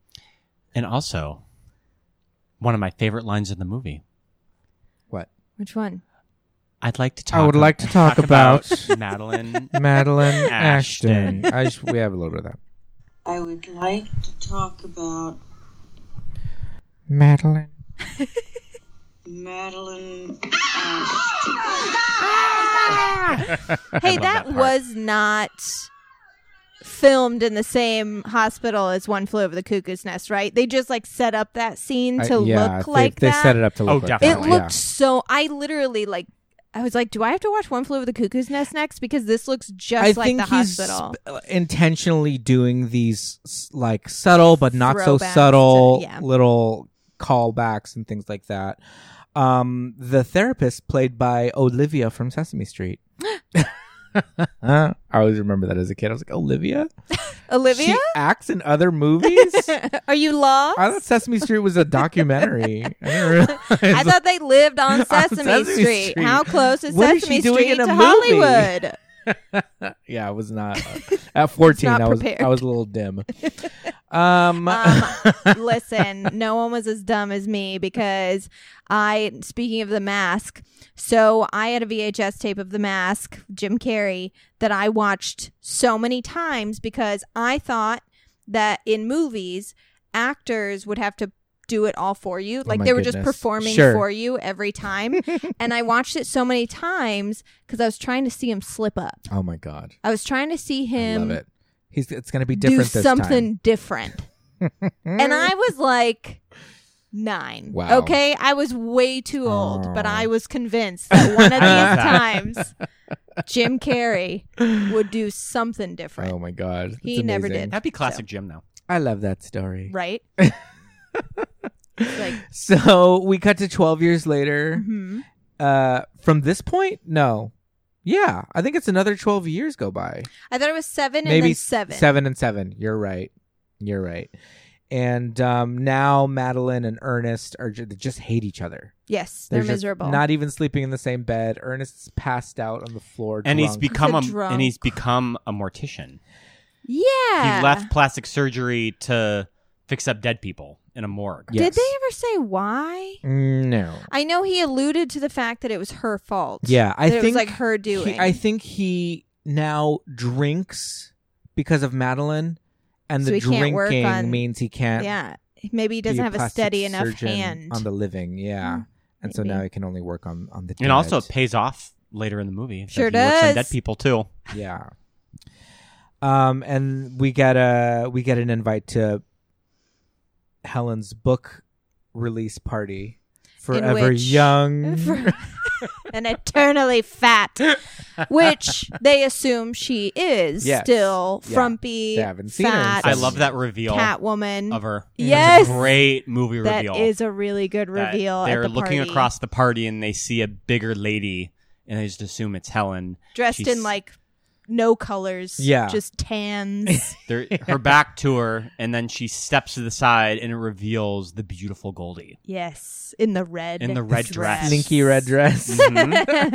E: And also one of my favorite lines in the movie.
D: What?
F: Which one?
E: I'd like to talk
D: I would like to talk about-
E: Madeline.
D: Madeline Ashton.
E: Ashton.
D: I sh- we have a little bit of that.
K: I would like to talk about
D: Madeline.
K: Madeline.
F: Hey, that, was not filmed in the same hospital as One Flew Over the Cuckoo's Nest, right? They just like set up that scene to
D: I- yeah,
F: look
D: they,
F: like
D: they
F: that.
D: set it up to
E: Oh,
D: look like
F: It
E: definitely.
D: that,
F: looked so. I literally like. I was like, do I have to watch One Flew Over the Cuckoo's Nest next? Because this looks just
D: I
F: like
D: think
F: the
D: he's
F: hospital.
D: sp- intentionally doing these s- like subtle but not so
F: Throwbacks to-
D: subtle
F: yeah.
D: little callbacks and things like that. Um, the therapist played by Olivia from Sesame Street. I always remember that as a kid. I was like, Olivia?
F: Olivia?
D: She acts in other movies? I
F: Are you lost?
D: thought Sesame Street was a documentary. I didn't realize.
F: I thought they lived on Sesame,
D: Sesame
F: Street.
D: Street.
F: How close is
D: What is
F: Sesame
D: she doing
F: Street
D: in a
F: to
D: movie?
F: Hollywood?
D: yeah, I was not uh, at 14.
F: not
D: I was
F: prepared. Uh,
D: I was a little dim. Um,
F: Listen, no one was as dumb as me because I, speaking of the mask, so I had a VHS tape of the mask, Jim Carrey, that I watched so many times because I thought that in movies, actors would have to do it all for you. Like
D: Oh my
F: they were just
D: goodness.
F: performing
D: Sure.
F: for you every time. and I watched it so many times because I was trying to see him slip up.
D: oh my god.
F: I was trying to see
D: I
F: him
D: love it. He's it's going to be
F: do
D: different this
F: something
D: time. Mm.
F: different. and I was like nine.
D: Wow.
F: Okay. I was way too old, but
D: Oh.
F: I was convinced that one
E: love
F: of these
E: that.
F: times Jim Carrey would do something different.
D: Oh my god. It's
F: He never
D: amazing.
F: did.
E: That'd be classic Jim, though.
D: I love that story.
F: Right? It's like,
D: So we cut to 12 years later.
F: mhm.
D: Uh, from this point, no. Yeah, I think it's another 12 years go by.
F: I thought it was seven and
D: Maybe
F: then
D: s-
F: seven.
D: Seven and seven. You're right. You're right. And um, now Madeline and Ernest are ju- they just hate each other.
F: Yes. They're,
D: just
F: miserable.
D: Not even sleeping in the same bed. Ernest's passed out on the floor.
E: And he's
D: drunk.
E: become a,
F: He's a drunk.
E: and he's become a mortician.
F: yeah.
E: He left plastic surgery to fix up dead people in a morgue.
D: Yeah. Yes.
F: Did they ever say why?
D: no.
F: I know he alluded to the fact that it was her fault.
D: Yeah, I
F: that
D: think
F: it was like her
D: he-
F: doing.
D: I think he now drinks because of Madeline, and
F: So
D: the
F: he can't work
D: drinking
F: on-
D: means he can't.
F: yeah. Maybe he doesn't
D: be
F: have a
D: plastic
F: steady enough
D: surgeon
F: hand. Mm-hmm.
D: on the living. Yeah, and so
F: maybe.
D: now he can only work on on the.
E: And also,
D: dead.
E: it pays off later in the movie. that
F: Sure
E: he works on
F: does.
E: dead people too.
D: yeah. Um, and we get a we get an invite to Helen's book release party. Forever
F: which-
D: young.
F: For- and eternally fat, which they assume she is
D: Yes.
F: still
D: Yeah.
F: frumpy,
D: They haven't seen her in
F: fat.
D: some-
E: I love that reveal
F: Catwoman.
E: of her.
F: Yes.
E: It's a great movie
F: That
E: reveal.
F: is a really good
E: that
F: reveal. at
E: They're
F: the
E: looking
F: party.
E: across the party and they see a bigger lady, and they just assume it's Helen.
F: dressed
E: She's-
F: in like no colors,
D: Yeah.
F: just tans.
E: They're, her back to her, and then she steps to the side, and it reveals the beautiful Goldie.
F: yes, in the red,
E: In the red dress.
D: Slinky red dress.
E: Mm, Mm-hmm.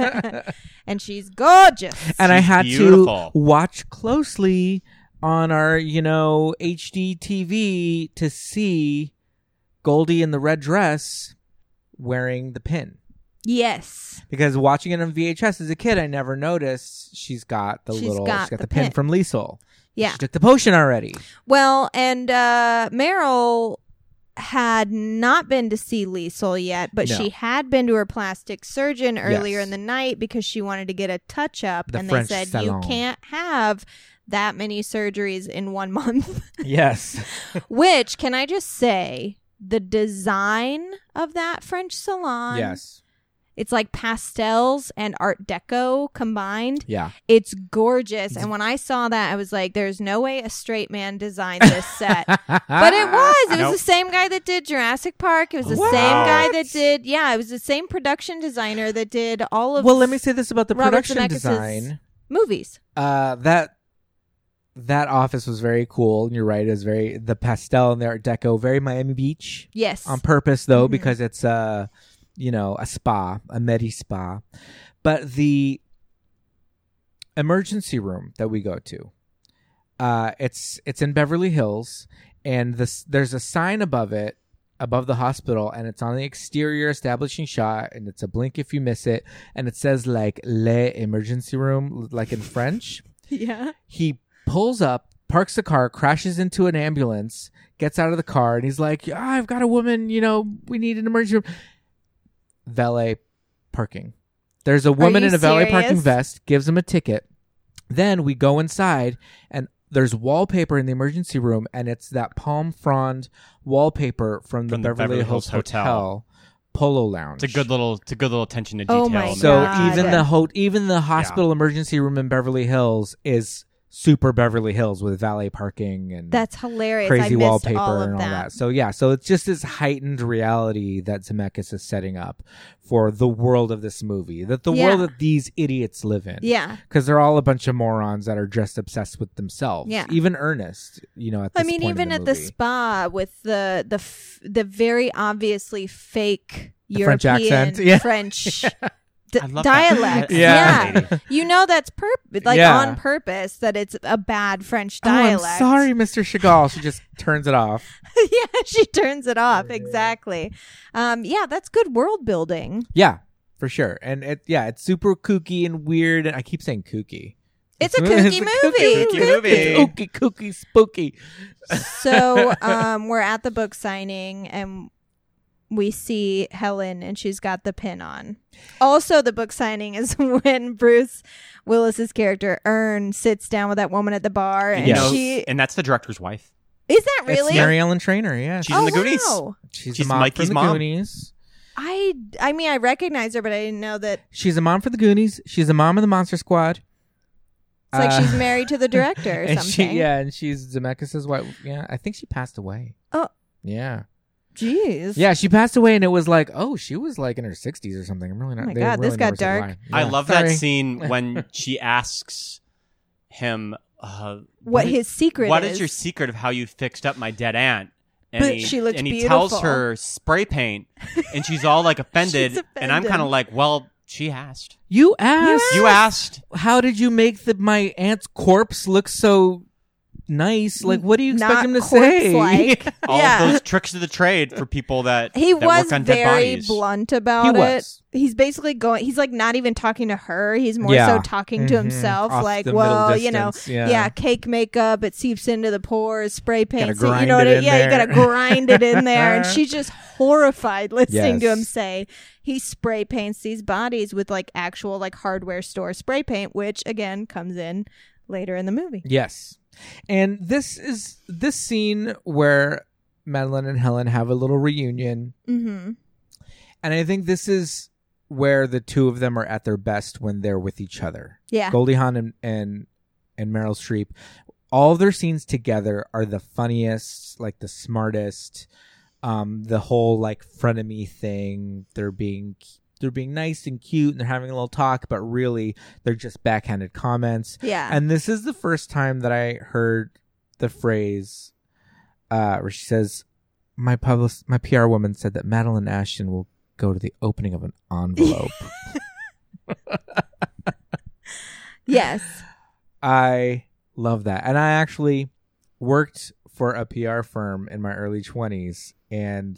F: and she's gorgeous.
D: and I
E: She's
D: had
E: beautiful.
D: to watch closely on our, you know, HD TV to see Goldie in the red dress wearing the pin.
F: yes,
D: Because watching it on VHS as a kid, I never noticed she's got the
F: She's
D: little,
F: got
D: she's got
F: the
D: the, pin,
F: pin.
D: from Liesel.
F: yeah.
D: She took the potion already.
F: Well, and uh, Meryl had not been to see Liesel yet, but
D: No.
F: she had been to her plastic surgeon earlier
D: Yes.
F: in the night because she wanted to get a touch up,
D: The
F: and
D: French
F: they said
D: salon.
F: you can't have that many surgeries in one month.
D: Yes.
F: Which can I just say, the design of that French salon,
D: yes.
F: it's like pastels and Art Deco combined.
D: Yeah.
F: It's gorgeous. And when I saw that, I was like, there's no way a straight man designed this set. but it was. It was
E: Nope.
F: the same guy that did Jurassic Park. It was the
E: What?
F: same guy that did, yeah, it was the same production designer that did all of
D: Well, let me say this about the
F: Robert
D: production
F: Zemeckis'
D: design.
F: movies.
D: Uh, that that office was very cool. And you're right, it was very the pastel and the Art Deco, very Miami Beach.
F: Yes.
D: on purpose though
F: Mhm.
D: because it's a you know a spa a medi spa but the emergency room that we go to uh it's it's in beverly hills and this there's a sign above it above the hospital and it's on the exterior establishing shot and it's a blink if you miss it and it says like le emergency room like in french
F: yeah.
D: he pulls up, parks the car, crashes into an ambulance, gets out of the car, and he's like, "Ah, "I've got a woman. You know, we need an emergency room." Valet parking. There's a woman
F: you
D: in a valet parking
F: serious?
D: vest. Gives him a ticket. Then we go inside, and there's wallpaper in the emergency room, and it's that palm frond wallpaper from the,
E: From the
D: Beverly,
E: Beverly
D: Hills,
E: Hills
D: Hotel,
E: Hotel.
D: Polo Lounge.
E: It's a good little, it's a good little attention to detail.
F: Oh my
E: in
D: So
E: there.
F: God.
D: even the ho- even the hospital emergency room in Beverly Hills is super Beverly Hills with valet parking and
F: That's hilarious. I
D: crazy
F: missed
D: wallpaper
F: all of
D: and all
F: that.
D: that. So yeah, so it's just this heightened reality that Zemeckis is setting up for the world of this movie, that the
F: Yeah.
D: world that these idiots live in.
F: Yeah.
D: because they're all a bunch of morons that are just obsessed with themselves.
F: Yeah.
D: even Ernest, you know. At this
F: I mean,
D: point in
F: even at the
D: movie.
F: spa with the the f- the very obviously fake
D: The French
F: European
D: accent. Yeah.
F: French d-
E: I love that.
F: dialect.
D: Yeah.
F: yeah, you know that's pur- like
D: Yeah.
F: on purpose that it's a bad French
D: Oh,
F: dialect.
D: I'm sorry, Mr. Chagall. She just turns it off.
F: yeah, she turns it off exactly. Um, yeah, that's good world building.
D: Yeah, for sure. And it, yeah, it's super kooky and weird. And I keep saying kooky.
F: It's a kooky movie.
E: kooky movie.
D: It's kooky, kooky, spooky.
F: so um, we're at the book signing and we see Helen and she's got the pin on. Also, the book signing is when Bruce Willis's character Ern sits down with that woman at the bar, and
E: You know,
F: she
E: and that's the director's wife.
F: is that really Oh,
D: It's Mary Ellen Trainer. Yeah,
E: She's in the Goonies.
F: Wow.
D: she's,
E: she's
D: a mom from
E: Mikey's
D: the
E: mom.
D: Goonies.
F: I I mean I recognize her, but I didn't know that.
D: She's a mom for the Goonies. She's a mom of the Monster Squad.
F: It's like
D: Uh,
F: she's married to the director or
D: and
F: something.
D: She, yeah, and she's Zemeckis' wife. Yeah, I think she passed away.
F: Oh.
D: Yeah.
F: Jeez.
D: Yeah, she passed away, and it was like, oh, she was like in her 60s or something. I'm really not.
F: Oh my
D: they
F: God,
D: really
F: this got
D: never said
F: dark.
D: why.
E: I
D: Yeah.
E: love that
D: Sorry.
E: scene when she asks him, uh,
F: What his secret
E: What
F: is.
E: is your secret of how you fixed up my dead aunt? And
F: But
E: he,
F: she looked
E: And he tells
F: beautiful.
E: her spray paint, and she's all like offended.
F: She's
E: And I'm
F: offended.
E: kind of like, well, she asked.
D: You asked.
E: You asked.
D: How did you make the my aunt's corpse look so nice? Like, what do you expect
F: Not
D: him to say?
F: corpse-like.
E: All
F: yeah.
E: of those tricks of the trade for people that
F: He
E: that
F: was
E: work on dead
F: very
E: bodies.
F: blunt about
D: He
F: it.
D: was.
F: He's basically going. He's like not even talking to her. He's more
D: Yeah.
F: so talking
D: Mhm.
F: to himself.
D: Off
F: like,
D: the
F: well,
D: middle
F: you know,
D: distance, yeah.
F: yeah. cake makeup. It seeps into the pores. Spray paint. so-
D: grind
F: you know what?
D: it
F: I-
D: in
F: yeah, you
D: there.
F: gotta grind it in there. And she's just horrified listening to
D: Yes.
F: him say he spray paints these bodies with like actual like hardware store spray paint, which again comes in later in the movie.
D: Yes. And this is this scene where Madeline and Helen have a little reunion.
F: Mm-hmm.
D: And I think this is where the two of them are at their best when they're with each other.
F: Yeah.
D: Goldie Hawn and, and and Meryl Streep, all their scenes together are the funniest, like the smartest. Um, the whole like frenemy thing. They're being they're being nice and cute, and they're having a little talk, but really they're just backhanded comments.
F: Yeah.
D: And this is the first time that I heard the phrase uh, where she says, "My public, my PR woman said that Madeline Ashton will go to the opening of an envelope."
F: yes.
D: I love that, and I actually worked for a PR firm in my early twenties, and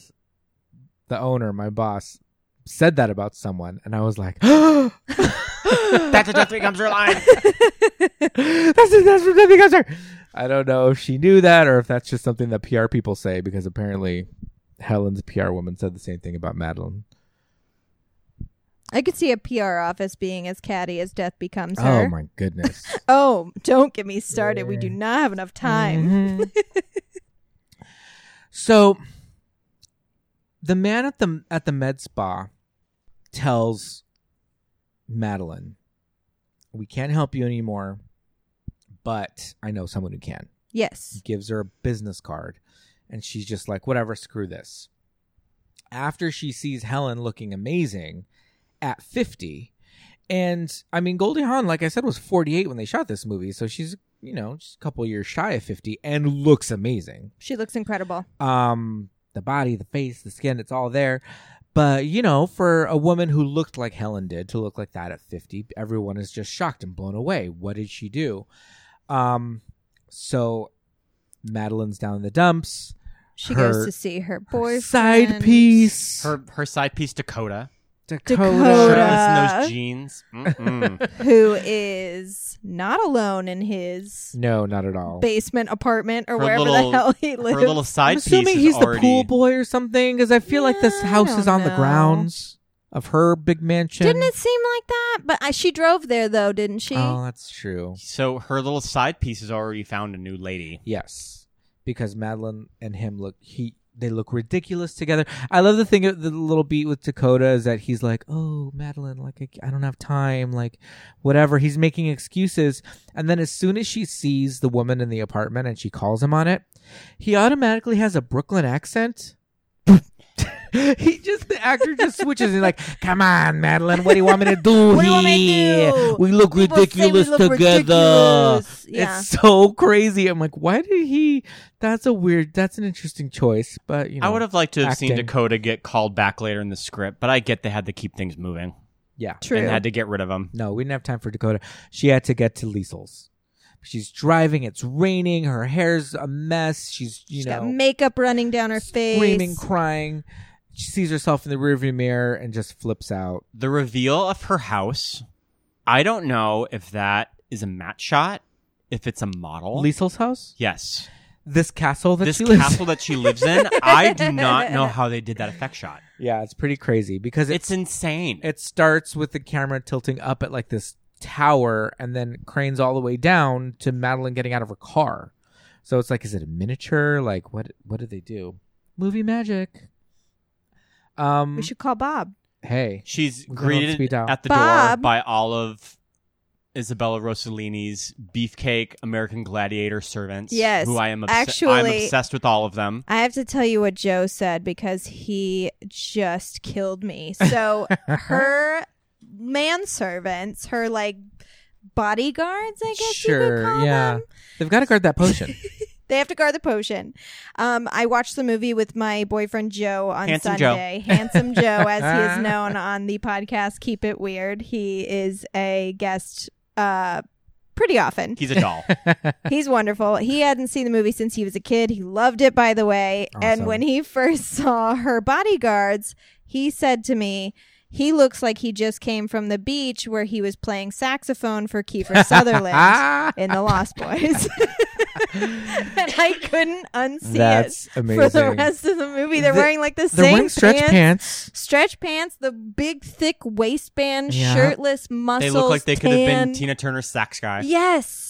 D: the owner, my boss, said that about someone, and I was like,
E: That's a death becomes her line.
D: that's that's from Debbie Gusser. I don't know if she knew that or if that's just something that PR people say because apparently Helen's PR woman said the same thing about Madeline.
F: I could see a PR office being as catty as death becomes her.
D: Oh my goodness.
F: Oh, don't get me started. We do not have enough time.
D: Mm-hmm. so the man at the at the med spa tells Madeline, "We can't help you anymore, but I know someone who can."
F: Yes.
D: gives her a business card and she's just like whatever screw this after she sees helen looking amazing at 50 and i mean goldie hawn like i said was 48 when they shot this movie so she's you know just a couple years shy of 50 and looks amazing
F: She looks incredible.
D: um the body the face the skin it's all there but you know for a woman who looked like helen did to look like that at 50 everyone is just shocked and blown away what did she do um so madeline's down in the dumps
F: She
D: Her-
F: goes to see her
D: Her
F: boyfriend.
D: side piece
E: Her her side piece Dakota.
F: Dakota.
E: Shirtless in
F: Uh.
E: those jeans. Mm-mm.
F: Who is not alone in his
D: no not at all
F: basement apartment or
E: Her
F: wherever
E: little-
F: the hell he lives.
E: Her little side
D: i'm assuming
E: piece is
D: he's the
E: already
D: pool boy or something because i feel like this
F: Yeah, I
D: house is
F: don't
D: on the
F: know.
D: grounds of her big mansion
F: Didn't it seem like that? But I, she drove there though, didn't she?
D: oh that's true
E: So her little side piece has already found a new lady.
D: Yes, because Madeline and him look he they look ridiculous together. I love the thing, the little beat with Dakota is that he's like, "Oh, Madeline, like I, I don't have time, like whatever." He's making excuses, and then as soon as she sees the woman in the apartment and she calls him on it, he automatically has a Brooklyn accent. he just the actor just switches and like, "Come on, Madeline, what do you want me to do
F: What do you want me to
D: here?
F: do?
D: We look
F: People say we
D: ridiculous
F: look
D: together."
F: ridiculous." Yeah.
D: It's so crazy. I'm like, why did he? That's a weird. That's an interesting choice, but you know,
E: I would have liked to have seen
D: acting.
E: Dakota get called back later in the script, but I get they had to keep things moving
D: Yeah,
F: True.
E: and had to get rid of him.
D: No, we didn't have time for Dakota. She had to get to Liesl's. She's driving. It's raining. Her hair's a mess. She's you
F: She's
D: know
F: got makeup running down her face.
D: screaming, crying. She sees herself in the rearview mirror and just flips out.
E: The reveal of her house, I don't know if that is a matte shot, if it's a model.
D: Liesl's house,
E: Yes.
D: this castle that
E: this
D: she lives.
E: castle
D: in.
E: that she lives in, I do not know how they did that effect shot.
D: yeah, it's pretty crazy because it,
E: It's insane.
D: it starts with the camera tilting up at like this tower and then cranes all the way down to Madeline getting out of her car. So it's like, is it a miniature? Like, what what did they do? Movie magic. Um,
F: We should call Bob.
D: hey,
E: She's
D: We're gonna have to be
E: greeted
D: down.
E: at the door
F: Bob.
E: by Olive Isabella Rossellini's beefcake American Gladiator servants.
F: Yes,
E: who I am obse- I'm
F: actually-
E: obsessed with all of them.
F: I have to tell you what Joe said because he just killed me. So her manservants, her like bodyguards, I guess you could
D: sure,
F: call
D: yeah,
F: them.
D: they've got to guard that potion.
F: They have to guard the potion. Um, I watched the movie with my boyfriend Joe on
E: Handsome Joe.
F: Sunday. Handsome Joe, as he is known on the podcast Keep It Weird. He is a guest uh, pretty often.
E: He's a doll.
F: He's wonderful. He hadn't seen the movie since he was a kid. He loved it, by the way.
D: Awesome.
F: And when he first saw her bodyguards, he said to me, he looks like he just came from the beach where he was playing saxophone for Kiefer Sutherland in The Lost Boys. and I couldn't unsee
D: That's
F: it for the
D: amazing.
F: rest of the movie. They're
D: They-
F: wearing like the
D: They're
F: same
D: wearing stretch
F: pants,
D: pants.
F: stretch pants, the big thick waistband,
D: Yeah.
F: shirtless muscles.
E: they look like they could have been
F: tan.
E: Tina Turner's sax guy.
F: Yes.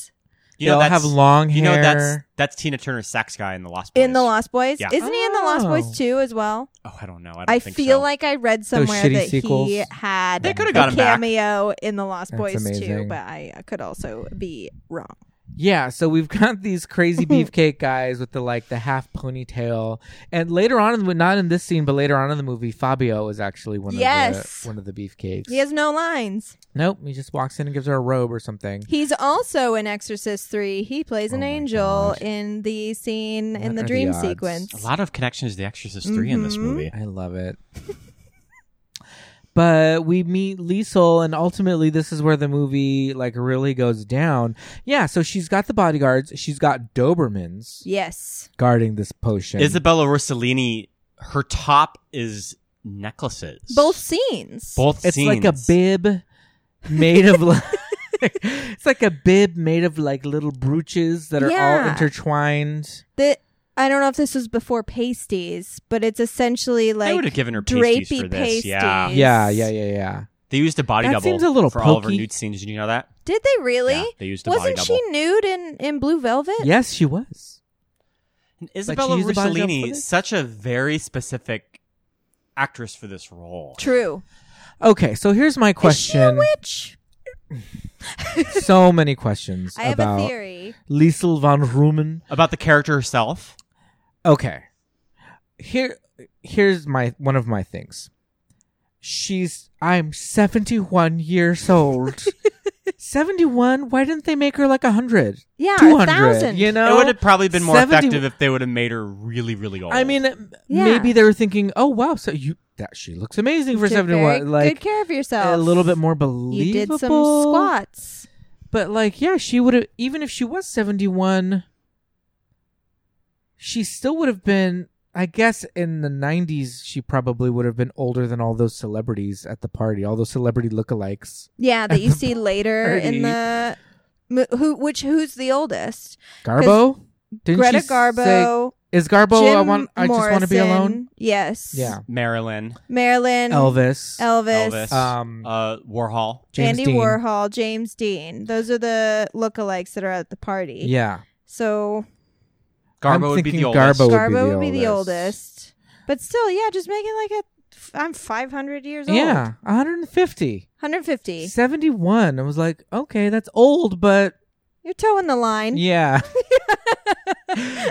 E: You
D: They all have long
E: You know that's
D: hair.
E: that's Tina Turner's sax guy in the Lost Boys.
F: In the Lost Boys,
E: Yeah.
F: isn't he in the Lost
D: Oh.
F: Boys too as well?
E: Oh, I don't know. I, don't
F: I,
E: think
F: feel
E: so.
F: like I read somewhere
D: shitty
F: that he
D: sequels.
F: had
D: They
E: coulda
F: a
E: got him back.
F: cameo in the Lost
D: That's
F: Boys too,
D: amazing.
F: but I uh, could also be wrong.
D: Yeah, so we've got these crazy beefcake guys with the like the half ponytail, and later on, in the, not in this scene, but later on in the movie, Fabio is actually one of
F: Yes.
D: the one of the beefcakes.
F: He has no lines.
D: Nope, he just walks in and gives her a robe or something.
F: He's also in Exorcist Three. He plays an
D: Oh my
F: angel
D: God.
F: in the scene
D: What
F: in the
D: are the
F: dream
D: odds?
F: sequence.
E: a lot of connections to The Exorcist 3 in this
F: Mhm.
E: movie.
D: I love it. but we meet Liesel, and ultimately, this is where the movie like really goes down. Yeah, so she's got the bodyguards. She's got Dobermans
F: Yes,
D: guarding this potion.
E: Isabella Rossellini, her top is necklaces.
F: both scenes.
E: both
D: It's like a
E: scenes.
D: bib made of like it's like a bib made of like little brooches that are all
F: Yeah.
D: intertwined.
F: The- I don't know if this was before pasties, but it's essentially
E: I
F: like
E: would have given her pasties
F: drapey
E: for this. Yeah.
F: pasties.
D: Yeah, yeah, yeah, yeah.
E: They used a body
D: That
E: double
D: seems a little
E: for all of her
D: pokey.
E: nude scenes. Did you know that?
F: Did they really?
E: Yeah, they used a body
F: Wasn't
E: double.
F: she nude in in Blue Velvet?
D: Yes, she was.
E: And Isabella
D: used a body double for
E: Rossellini,
D: this?
E: such a very specific actress for this role.
F: True.
D: Okay, so here's my question.
F: Which
D: so many questions
F: I have
D: about
F: a theory.
D: Liesel von Rumen.
E: About the character herself.
D: Okay. Here here's my one of my things. She's I'm 71 years old. 71? Why didn't they make her like 100?
F: Yeah,
D: two
F: a
D: hundred.
F: thousand.
D: You know,
E: It would have probably been more
D: 70
E: effective if they would have made her really, really old.
D: I mean, m-
F: Yeah.
D: maybe they were thinking, "Oh wow, so you that she looks amazing for
F: Took very
D: seventy-one,
F: good
D: like
F: care of yourself.
D: a little bit more believable."
F: You did some squats.
D: but like, yeah, she would have even if she was seventy-one, she still would have been. I guess in the '90s, she probably would have been older than all those celebrities at the party, all those celebrity lookalikes.
F: Yeah, that you see later
D: party.
F: in the mo- who which who's the oldest?
D: Garbo, didn't
F: Greta
D: she say-
F: Garbo.
D: is Garbo?
F: Jim
D: I want. I just want to be alone.
F: Morrison. Yes.
D: Yeah,
E: Marilyn,
F: Marilyn.
D: Elvis.
F: Elvis.
E: Elvis,
D: Um,
E: uh, Warhol.
D: James
F: Andy
D: Dean.
F: Warhol, James Dean. Those are the lookalikes that are at the party.
D: Yeah.
F: So
E: Garbo would be
D: thinking
E: the oldest.
D: Garbo would be
F: Garbo
D: the
F: would be the
D: oldest.
F: oldest. But still, yeah, just make it like a. I'm 500 years old.
D: Yeah, 150.
F: 150.
D: 71. I was like, okay, that's old, but
F: You're toeing the line.
D: yeah.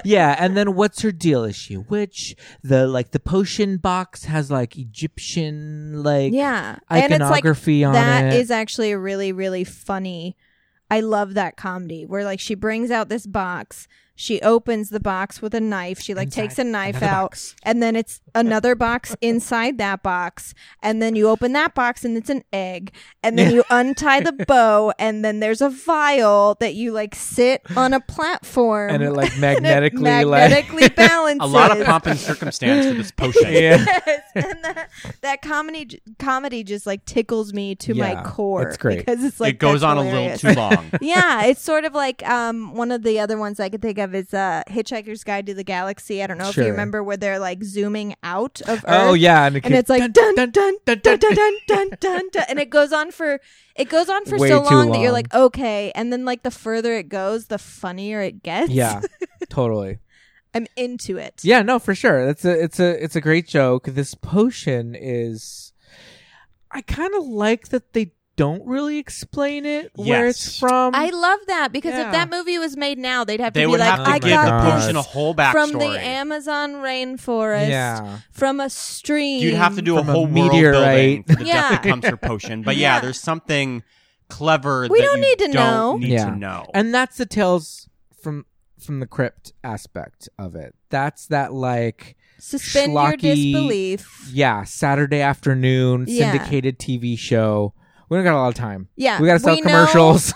D: yeah, and then what's her deal? Is she a witch? The like the potion box has like Egyptian like
F: yeah.
D: iconography
F: and it's like,
D: on
F: That
D: it.
F: is actually a really, really funny. I love that comedy where like she brings out this box. She opens the box with a knife. She like takes a knife
D: another
F: out,
D: box.
F: and then it's another box inside that box. And then you open that box, and it's an egg. And then you untie the bow, and then there's a vial that you like sit on a platform,
D: And it, like,
F: and
D: magnetically, like-
F: magnetically balances.
E: A lot of pomp and circumstance for this potion.
F: Yes, and that, that comedy j- comedy just like tickles me to
D: Yeah,
F: my core.
D: it's great.
F: because it's like
E: it goes
F: that's
E: on
F: hilarious.
E: a little too long.
F: yeah, it's sort of like um one of the other ones I could think of is uh Hitchhiker's Guide to the Galaxy. I don't know if
D: Sure.
F: you remember where they're like zooming out of Earth.
D: Oh yeah, and, it
F: And
D: keeps-
F: it's like dun dun dun dun dun dun dun dun, dun, and it goes on for it goes on for
D: Way
F: so
D: too
F: long, that you're
D: long.
F: like okay, and then like the further it goes, the funnier it gets.
D: yeah, totally.
F: I'm into it.
D: Yeah, no, for sure. That's a it's a it's a great joke. This potion is I kind of like that they don't really explain it where it's
E: Yes.
D: from.
F: I love that because
D: Um, Yeah.
F: if that movie was made now, they'd have to
E: They
F: be
E: would
F: like,
E: have to
F: I
E: give the
F: got this
E: potion a whole backstory.
F: from the Amazon rainforest,
D: Yeah.
F: from a stream.
E: You'd have to do a
D: From a
E: whole world building
D: meteorite.
E: for the death that
F: Yeah.
E: comes her potion. But yeah,
F: Yeah.
E: there's something clever
F: We
E: that
F: don't
E: you
F: need to
E: don't
F: know.
E: need
D: Yeah.
E: to know.
D: and that's the tales from from the crypt aspect of it. That's that like
F: Suspend your
D: schlocky-
F: disbelief.
D: yeah, Saturday afternoon
F: Yeah.
D: syndicated TV show. We don't got a lot of time.
F: Yeah,
D: we got to sell
F: we know-
D: commercials.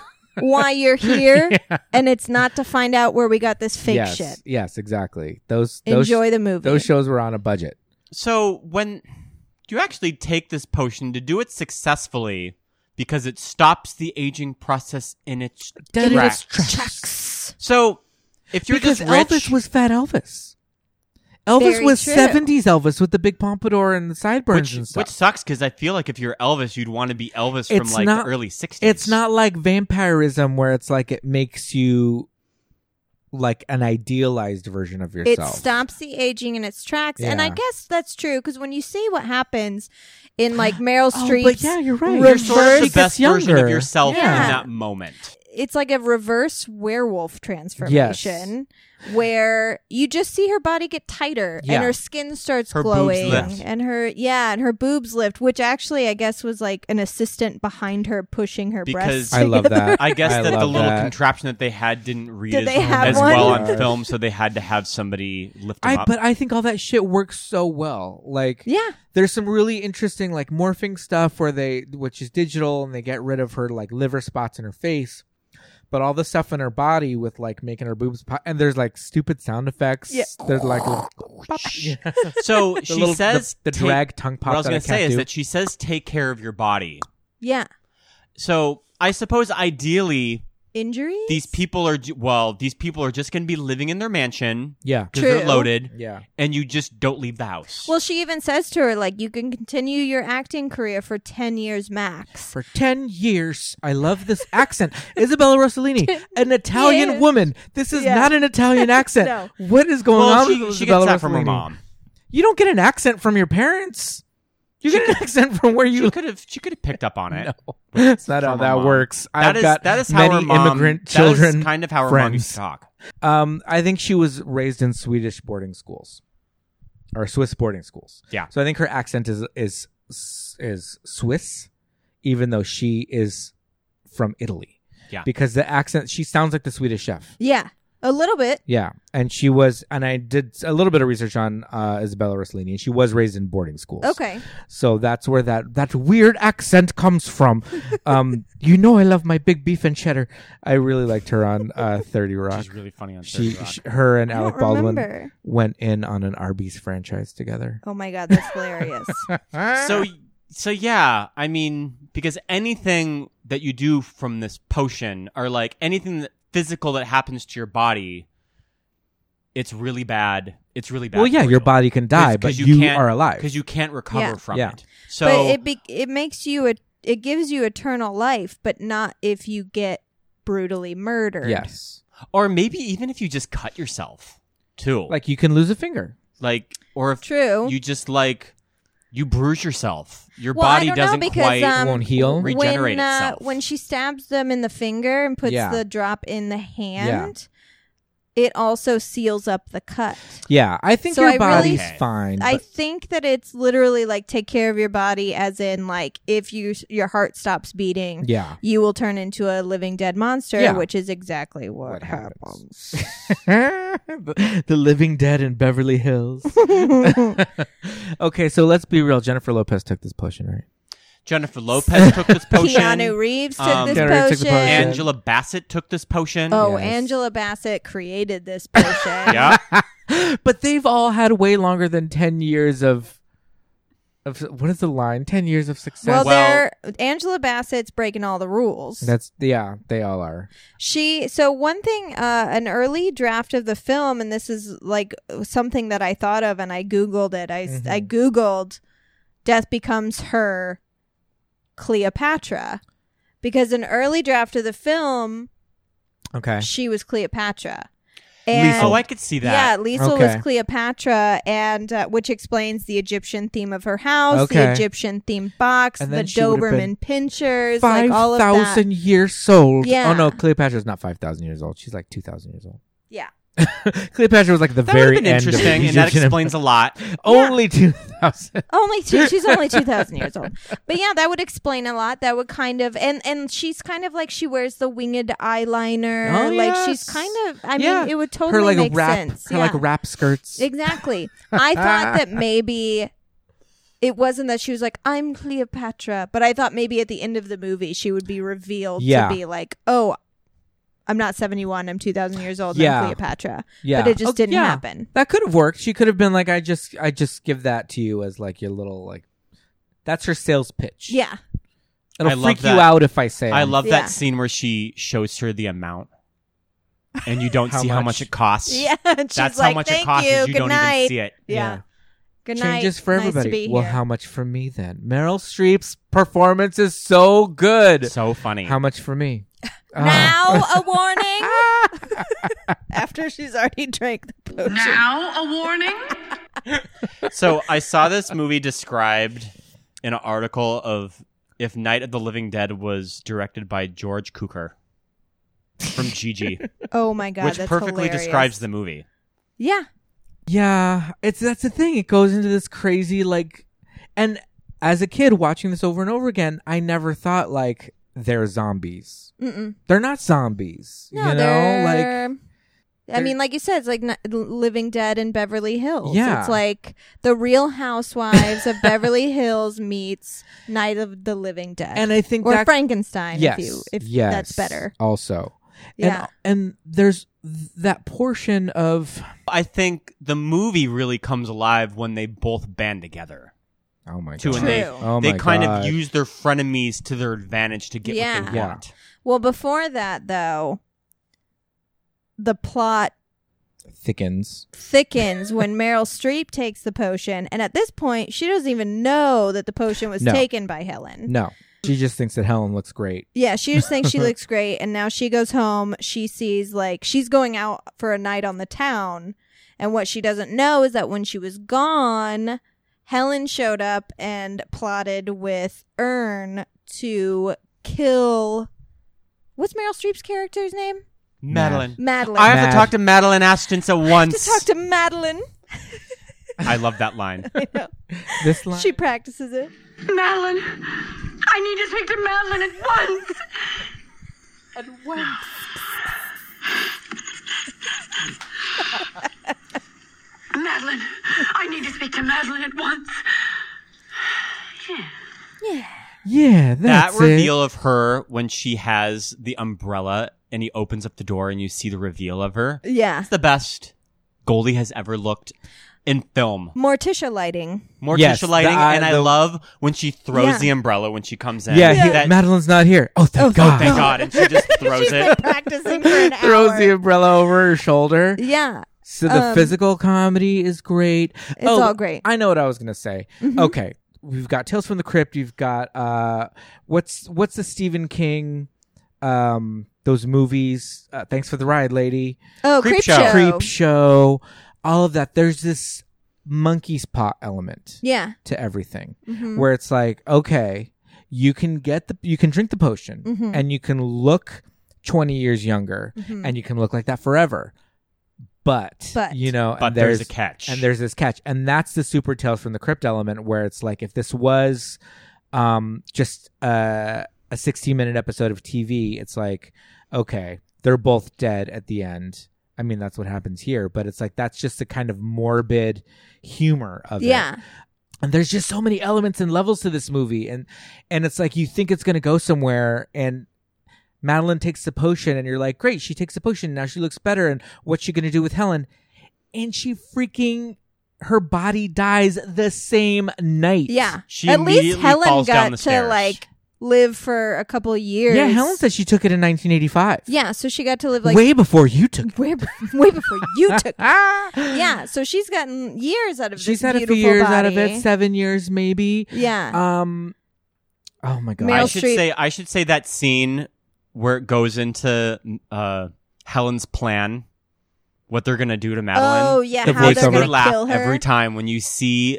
F: Why you're here, and it's not to find out where we got this fake
D: yes,
F: shit.
D: yes, exactly. Those those
F: Enjoy the movie.
D: those shows were on a budget.
E: So when you actually take this potion to do it successfully because it stops the aging process in its
D: Did it
E: tracks. So if you're
D: because
E: just rich,
D: Elvis was fat Elvis. Elvis
F: Very
D: was
F: true.
D: seventies Elvis with the big pompadour and the sideburns
E: which,
D: and
E: which
D: stuff.
E: sucks because I feel like if you're Elvis, you'd want to be Elvis from like the early 60s.
D: It's not like vampirism where it's like it makes you like an idealized version of
F: it
D: yourself.
F: stops the aging in its tracks, and I
D: Yeah.
F: guess that's true because when you see what happens in like Meryl
D: Oh,
F: Streep,
D: but yeah, you're right.
E: You're sort of
D: She gets
E: the
F: reverse,
E: best version
D: younger.
E: of yourself
F: Yeah.
E: in that moment.
F: it's like a reverse werewolf transformation where you just see her body get tighter
D: Yeah.
F: and her skin starts
E: Her boobs
F: glowing
E: lift.
F: and her yeah and her boobs lift which actually i guess was like an assistant behind her pushing her breasts
E: Because-
D: I love that.
E: I guess that the
D: love
E: little
D: that.
E: contraption that they had didn't read
F: Did
E: as,
F: they have
E: as
F: one?
E: well on
D: Yes.
E: film, so they had to have somebody lift them
D: I
E: up.
D: but I think all that shit works so well. Like
F: yeah
D: there's some really interesting like morphing stuff where they which is digital and they get rid of her like liver spots in her face but all the stuff in her body with like making her boobs pop and there's like stupid sound effects
F: Yeah.
D: there's like pop. Yeah.
E: so
D: The
E: she
D: little- the-
E: says
D: the,
E: take-
D: drag tongue pop
E: What I was
D: that
E: gonna
D: can't
E: say is
D: do.
E: that she says take care of your body.
F: yeah
E: So I suppose ideally
F: injuries
E: these people are ju- well these people are just going to be living in their mansion
D: yeah
E: because they're
F: True.
E: loaded
D: yeah
E: and you just don't leave the house.
F: well she even says to her like you can continue your acting career for 10 years max
D: for 10 years i love this accent isabella rossellini an italian
F: years.
D: woman this is
F: Yeah.
D: not an italian accent
F: No.
D: what is going
E: Well,
D: on
E: she,
D: with
E: she
D: Isabella
E: gets that from her
D: Rossellini?
E: mom.
D: you don't get an accent from your parents you get an accent from where you
E: She could have she could have picked up on it.
D: That's not how
E: from her
D: that
E: mom.
D: works.
E: That
D: I've
E: is
D: got
E: that is how
D: many
E: her mom,
D: immigrant
E: that is
D: children.
E: kind of how her mom used
D: friends.
E: to talk.
D: Um, I think she was raised in Swedish boarding schools or Swiss boarding schools.
E: Yeah.
D: So I think her accent is is is Swiss, even though she is from Italy.
E: Yeah.
D: Because the accent, she sounds like the Swedish chef.
F: yeah a little bit
D: Yeah, and she was, and I did a little bit of research on uh, Isabella Rossellini, and she was raised in boarding schools.
F: okay
D: So that's where that that weird accent comes from. Um, you know, I love my big beef and cheddar. I really liked her on uh, Thirty Rock.
E: She's really funny on 30
D: She,
E: Rock.
D: she, her and
F: I
D: Alec
F: don't
D: Baldwin
F: remember.
D: went in on an Arby's franchise together.
F: oh my god that's hilarious Ah.
E: so so yeah i mean because anything that you do from this potion or like anything that physical that happens to your body it's really bad it's really bad
D: well, yeah,
E: for
D: your
E: you.
D: body can die,
E: 'Cause-
D: but
E: 'cause
D: you,
E: can't-
D: are alive.
E: because you can't recover
F: Yeah.
E: from
D: Yeah.
E: it so
F: but it be- it makes you a it gives you eternal life, but not if you get brutally murdered.
D: yes,
E: or maybe even if you just cut yourself too.
D: Like you can lose a finger.
E: Like or if
F: True.
E: you just like you bruise yourself. Your
F: Well, I
E: body
F: don't know
E: doesn't
F: because,
E: quite
F: um,
D: Won't heal?
E: regenerate
F: when, uh,
E: itself.
F: When she stabs them in the finger and puts
D: Yeah.
F: the drop in the hand, it also seals up the cut.
D: Yeah, I think
F: So
D: your
F: I really-
D: body's
E: Okay.
D: fine.
F: I
D: but-
F: think that it's literally like take care of your body, as in like if you your heart stops beating,
D: yeah.
F: you will turn into a living dead monster,
D: Yeah.
F: which is exactly what, happens.
D: the, the living dead in Beverly Hills. okay, so let's be real. Jennifer Lopez took this potion, right?
E: Jennifer Lopez took this potion.
F: Keanu Reeves took
E: Um,
F: this
D: Keanu Reeves took the
F: potion.
D: potion.
E: Angela Bassett took this potion.
F: Oh,
D: Yes.
F: Angela Bassett created this potion.
E: Yeah.
D: But they've all had way longer than ten years of of what is the line? Ten years of
F: Well,
D: success.
E: Well-
F: they're Angela Bassett's breaking all the rules.
D: That's yeah, they all are.
F: She so one thing, uh, an early draft of the film, and this is like something that I thought of, and I googled it. I s- I googled "Death Becomes Her," Cleopatra, because an early draft of the film,
D: Okay.
F: she was Cleopatra.
E: Oh, I could see
F: Yeah,
E: that.
F: Liesel
D: Okay.
F: was Cleopatra, and uh, which explains the Egyptian theme of her house,
D: Okay.
F: the Egyptian themed box,
D: And
F: the
D: then she would've been
F: Doberman pinchers,
D: Five
F: like all of that.
D: thousand years old.
F: Yeah.
D: Oh no, Cleopatra's not five thousand years old. She's like two thousand years old.
F: Yeah.
D: Cleopatra was like the
E: That would
D: very
E: have been
D: end of the
E: interesting, and that
D: Egyptian
E: explains a lot. Oh,
D: Only two thousand.
F: Only two, she's only two thousand years old, but yeah, that would explain a lot. That would kind of and and she's kind of like she wears the winged eyeliner,
D: Oh,
F: like she's
D: yes.
F: kind of. I
D: Yeah.
F: mean, it would totally
D: her like
F: make
D: wrap,
F: sense.
D: her
F: yeah.
D: like wrap skirts.
F: Exactly. I thought that maybe it wasn't that she was like, I'm Cleopatra, but I thought maybe at the end of the movie she would be revealed
D: Yeah.
F: to be like, oh, I'm not 71, I'm 2,000 years old,
D: Yeah.
F: I'm Cleopatra.
D: yeah,
F: But it just
E: Oh,
D: Okay,
F: didn't
D: yeah.
F: happen.
D: That could have worked. She could have been like, I just, I just give that to you as like your little like. That's her sales pitch.
F: Yeah.
D: it'll
E: I love
D: freak
E: that.
D: you out if I say.
E: I
D: I'm-
E: love
F: Yeah.
E: that scene where she shows her the amount, and you don't
D: How
E: see how
D: much?
E: much it costs.
F: Yeah. And she's
E: That's
F: like,
E: how much
F: thank
E: it costs.
F: you.
E: is You
F: Good
E: don't
F: night.
E: even see it.
F: Yeah. Good night.
D: Changes for
F: Nice to
D: everybody.
F: be
D: well,
F: here.
D: how much for me then? Meryl Streep's performance is so good.
E: So funny.
D: How much for me? Ah.
F: Now a warning. After she's already drank the potion.
C: Now a warning?
E: so I saw this movie described in an article of if Night of the Living Dead was directed by George Cukor from Gigi,
F: Oh my god,
E: which
F: that's
E: perfectly
F: hilarious.
E: describes the movie.
F: Yeah.
D: Yeah, it's that's the thing. It goes into this crazy like, and as a kid watching this over and over again, I never thought like they're zombies.
F: Mm-mm.
D: They're not zombies.
F: No,
D: you know,
F: they're.
D: like
F: I
D: they're-
F: mean, like you said, it's like n- Living Dead in Beverly Hills.
D: Yeah.
F: it's like the Real Housewives of Beverly Hills meets Night of the Living Dead,
D: and I think
F: or
D: that
F: Frankenstein.
D: yes,
F: if you if
D: yes,
F: that's better.
D: Also,
F: Yeah,
D: and and there's th- that portion of
E: I think the movie really comes alive when they both band together.
D: oh my
E: Too,
D: god,
E: and they,
F: True.
D: oh
E: they
D: my
E: kind
D: God.
E: of use their frenemies to their advantage to get what
F: Yeah.
E: they
D: Yeah.
E: want.
F: well, before that though, the plot
D: thickens.
F: thickens when Meryl Streep takes the potion, and at this point, she doesn't even know that the potion was
D: No.
F: taken by Helen.
D: No, she just thinks that Helen looks great.
F: Yeah, she just thinks she looks great. And now she goes home. She sees, like, she's going out for a night on the town. And what she doesn't know is that when she was gone, Helen showed up and plotted with Ern to kill. What's Meryl Streep's character's name?
E: Madeline.
F: Madeline.
E: I have
D: Mad.
E: to talk to Madeline Ashton at
F: I have
E: once.
F: to talk to Madeline.
E: I love that line.
D: This line,
F: She practices it.
K: Madeline, I need to speak to Madeline at once. At once. Madeline, I need to speak to Madeline at once.
D: yeah,
E: that
D: that's it.
E: reveal of her when she has the umbrella and he opens up the door and you see the reveal of her.
F: Yeah.
E: That's the best Goldie has ever looked in film.
F: Morticia lighting.
E: More
D: Yes,
E: Tisha lighting,
D: the eye-
E: and I
D: the-
E: love when she throws
F: Yeah.
E: the umbrella when she comes in.
D: Yeah, he-
E: That-
D: Madeline's not here. Oh, thank God.
E: thank God, and she just throws
F: She's
E: it.
F: been practicing for an
D: Throws
F: hour.
D: the umbrella over her shoulder.
F: yeah.
D: So the
F: Um,
D: physical comedy is great. Oh,
F: It's all great. Mm-hmm.
D: I know what I was gonna say. Okay, we've got Tales from the Crypt. You've got uh, what's what's the Stephen King um, those movies. Uh, Thanks for the ride, lady.
F: Oh, Creepshow. Creepshow.
D: Creep show, all of that. There's this monkey's paw element
F: Yeah.
D: to everything
F: Mhm.
D: where it's like okay you can get the you can drink the potion
F: Mhm.
D: and you can look 20 years younger
F: Mhm.
D: and you can look like that forever but,
F: But-
D: you know
E: But
D: and
E: there's a catch.
D: and there's this catch and that's the super tales from the crypt element where it's like if this was um just uh, a 16 minute episode of tv it's like okay they're both dead at the end i mean that's what happens here but it's like that's just the kind of morbid humor of it
F: Yeah.
D: and there's just so many elements and levels to this movie and and it's like you think it's going to go somewhere and madeline takes the potion and you're like great she takes the potion now she looks better and what's she going to do with helen and she freaking her body dies the same night
F: Yeah.
E: She
F: At least
E: immediately
F: Helen
E: falls
F: got
E: down the
F: to
E: stairs.
F: like live for a couple of years.
D: yeah helen said she took it in 1985
F: Yeah, so she got to live like
D: way before you took it
F: way, way before you took. yeah, so she's gotten years out Ah, of
D: she's
F: this
D: had a few
F: beautiful
D: years out of
F: body.
D: it seven years maybe
F: Yeah.
D: um oh my god
E: I
F: Meryl
E: should
F: Streep.
E: say I should say that scene where it goes into uh, Helen's plan, what they're gonna do to Madeline.
F: Oh yeah,
D: The
F: how
D: voiceover.
F: they're
E: Makes me
F: gonna
E: laugh
F: kill her.
E: every time when you see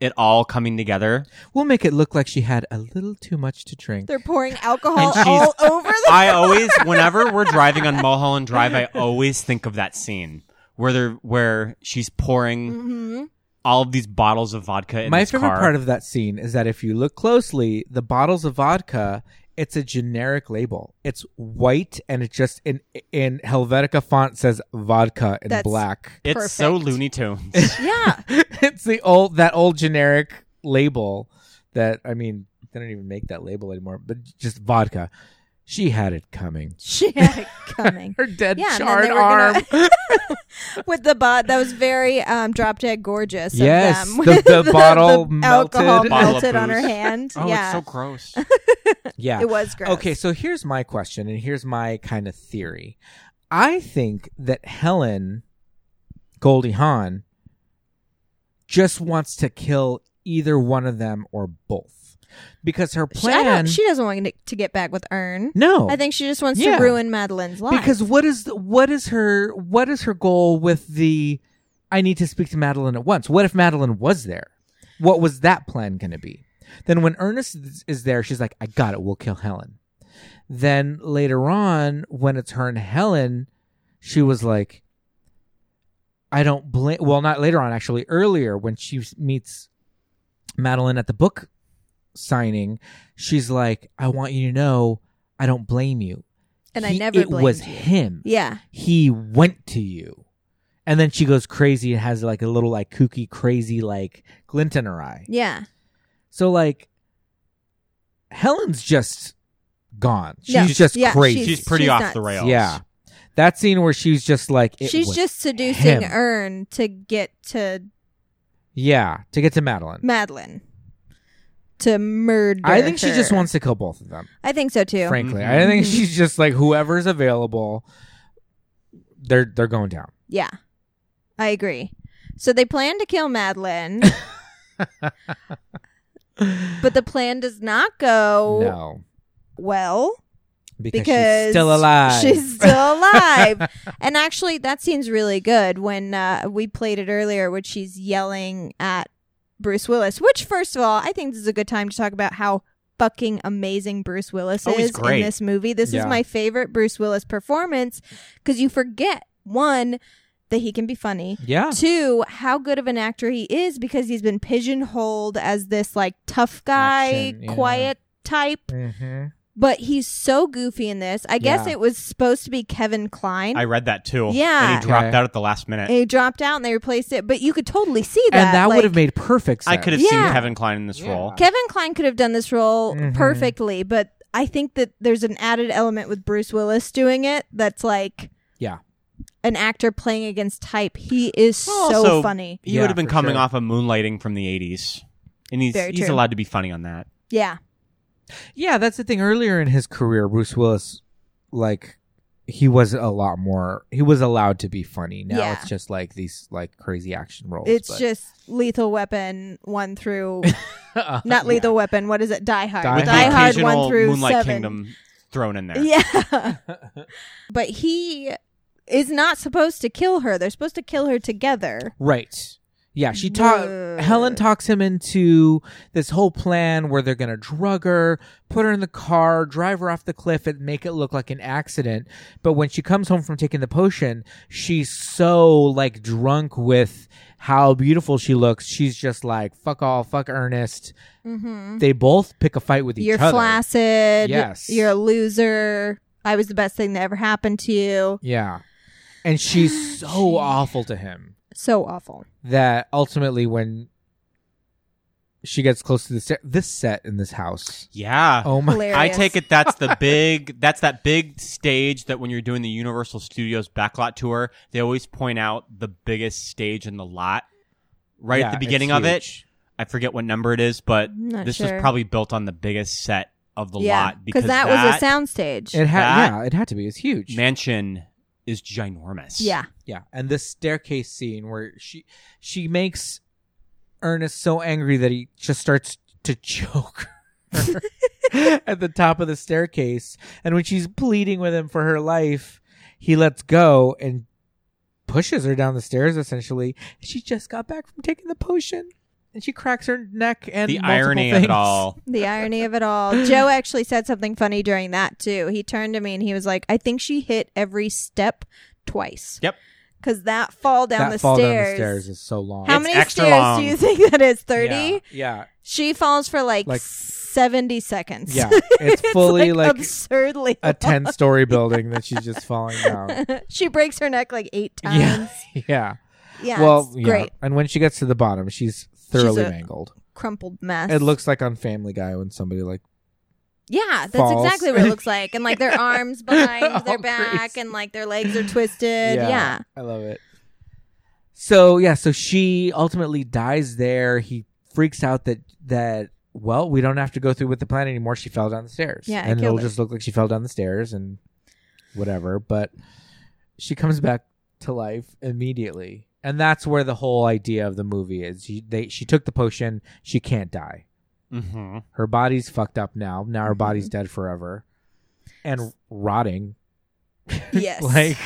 E: it all coming together.
D: we'll make it look like she had a little too much to drink
F: They're pouring alcohol
E: And she's-
F: all over the.
E: I always, whenever we're driving on Mulholland Drive, I always think of that scene where they're where she's pouring
F: Mm. Mm-hmm.
E: all of these bottles of vodka in
D: My
E: this
D: favorite
E: car.
D: part of that scene is that if you look closely, the bottles of vodka, it's a generic label. It's white and it just in in Helvetica font says vodka in
F: That's-
D: black.
E: it's so
F: Perfect.
E: Looney
D: Oh,
E: Tunes.
F: yeah,
D: it's the old that old generic label that I mean, they don't even make that label anymore, but just vodka. She had it coming.
F: she had it coming.
D: Her dead
F: Yeah, and then
D: charred
F: they were
D: arm.
F: gonna- with the bot that was very um, drop dead gorgeous.
D: Yes,
F: of them.
D: the-
F: with
D: the bottle
F: alcohol
D: melted.
E: Bottle of
F: melted on her
E: booze.
F: hand.
E: oh,
F: yeah,
E: it's so gross.
D: yeah.
F: it was gross.
D: Okay, so here's my question, and here's my kind of theory. I think that Helen Goldie Hawn just wants to kill either one of them or both because her
F: She- I
D: plan.
F: don't, she doesn't want to get back with Ern.
D: no,
F: I think she just wants
D: Yeah.
F: to ruin Madeline's life.
D: because what is the, what is her what is her goal with the? I need to speak to Madeline at once. What if Madeline was there? What was that plan going to be? Then when Ernest is- is there, she's like, "I got it. We'll kill Helen." Then later on, when it's her and Helen, she was like, "I don't blame." Well, not later on, actually, earlier when she s- meets Madeline at the book signing, she's like, "I want you to know, I don't blame you."
F: And I
D: He-
F: never
D: It was
F: blamed you."
D: him.
F: yeah,
D: He went to you, and then she goes crazy and has like a little like kooky, crazy like glint in her eye.
F: yeah,
D: So like, Helen's just gone. She's
F: Yeah.
D: just
F: Yeah,
D: crazy.
E: She's pretty
F: she's
E: off
F: nuts.
E: the rails.
D: Yeah. That scene where she's just like it
F: she's
D: was
F: just seducing
D: him.
F: Ern to get to
D: Yeah, to get to Madeline.
F: Madeline to murder.
D: I think she just
F: her.
D: wants to kill both of them.
F: I think so too.
D: Frankly,
E: Mhm.
D: I think she's just like whoever's available. They're they're going down.
F: Yeah, I agree. So they plan to kill Madeline, but the plan does not go
D: No,
F: well
D: because,
F: Oh, because
D: she's still alive.
F: She's still alive. and actually, that seems really good when uh, we played it earlier, when she's yelling at Bruce Willis. Which, first of all, I think this is a good time to talk about how fucking amazing Bruce Willis
E: Oh, he's
F: is in
E: great.
F: this movie. This
D: Yeah.
F: is my favorite Bruce Willis performance because you forget one that he can be funny.
D: yeah.
F: Two, how good of an actor he is because he's been pigeonholed as this like tough guy,
D: Action, yeah.
F: quiet type
D: hmm
F: but he's so goofy in this. I guess
D: Yeah.
F: it was supposed to be Kevin Klein.
E: I read that too.
F: Yeah.
E: and he dropped
D: Okay.
E: out at the last minute.
F: And he dropped out and they replaced it, but you could totally see that.
D: And that would have
F: like,
D: made perfect sense.
E: I could have seen
F: Yeah.
E: Kevin Klein in this role.
F: Kevin Klein could have done this role
D: Mhm.
F: perfectly, but I think that there's an added element with Bruce Willis doing it that's like
D: Yeah.
F: an actor playing against type. He is so
E: Also,
F: funny.
E: He
D: Yeah,
E: would have been
D: for
E: coming
D: sure.
E: off of Moonlighting from the '80s, and he's
F: Very
E: he's
F: true.
E: allowed to be funny on that.
F: Yeah.
D: Yeah, that's the thing. Earlier in his career, Bruce Willis, like, he was a lot more. He was allowed to be funny. Now
F: Yeah.
D: it's just like these like crazy action roles.
F: It's
D: but-
F: just Lethal Weapon 1 through
D: Uh,
F: not Lethal Weapon, what is it? Die Hard.
D: Die
E: With
D: Hard.
E: the
F: Hard
E: occasional
F: 1 through
E: Moonlight
F: 7.
E: Kingdom thrown in there.
F: Yeah. but he is not supposed to kill her. They're supposed to kill her together.
D: Right. Yeah, she talk Helen talks him into this whole plan where they're going to drug her, put her in the car, drive her off the cliff and make it look like an accident. But when she comes home from taking the potion, she's so like drunk with how beautiful she looks. She's just like fuck all, fuck Ernest.
F: Mm-hmm.
D: They both pick a fight with each
F: You're
D: other.
F: flaccid.
D: Yes.
F: You're a loser. I was the best thing that ever happened to you.
D: Yeah. And she's so awful to him.
F: So awful.
D: that ultimately when she gets close to this this set in this house.
E: Yeah.
D: Oh my
F: Hilarious.
E: I take it that's the big that's that big stage that when you're doing the Universal Studios backlot tour, they always point out the biggest stage in the lot right
D: Yeah,
E: at the beginning
D: it's
E: of it.
D: huge.
E: I forget what number it is, but
F: not
E: this
F: sure.
E: was probably built on the biggest set of the
F: yeah.
E: lot because
F: that, was a soundstage.
D: It had
E: That-
D: yeah, it had to be. It's huge.
E: mansion is ginormous.
F: yeah.
D: Yeah. And this staircase scene where she she makes Ernest so angry that he just starts to choke her at the top of the staircase. And when she's pleading with him for her life, he lets go and pushes her down the stairs essentially. She just got back from taking the potion. And she cracks her neck and
E: The
D: multiple
E: irony
D: things.
E: of it all.
F: The irony of it all. Joe actually said something funny during that too. He turned to me and he was like, "I think she hit every step twice."
E: Yep.
F: Because that fall down
D: that
F: the
D: fall
F: stairs.
D: down the stairs is so long.
F: How
E: It's
F: many
E: extra
F: stairs
E: long.
F: do you think that is? Thirty.
D: Yeah,
F: She falls for like,
D: Like-
F: seventy seconds.
D: yeah. It's fully like,
F: absurdly.
D: a ten-story building that she's just falling down.
F: she breaks her neck like eight
D: yeah,
F: times.
D: yeah.
F: Yeah. yeah
D: well,
F: it's
D: yeah.
F: great.
D: And when she gets to the bottom, she's thoroughly
F: a-
D: mangled.
F: Crumpled mess.
D: It looks like on Family Guy when somebody like
F: Yeah, that's
D: falls.
F: exactly what it looks like. And like their arms behind
D: All
F: their back
D: crazy.
F: and like their legs are twisted. yeah.
D: I love it. So yeah, so she ultimately dies there. He freaks out that that well, we don't have to go through with the plan anymore. She fell down the stairs.
F: Yeah, I
D: and it'll
F: killed her.
D: just look like she fell down the stairs and whatever. But she comes back to life immediately, and that's where the whole idea of the movie is. She, they she took the potion. She can't die.
E: Mm-hmm.
D: Her body's fucked up now. Now
F: Mm-hmm.
D: her body's dead forever, and rotting.
F: Yes.
D: like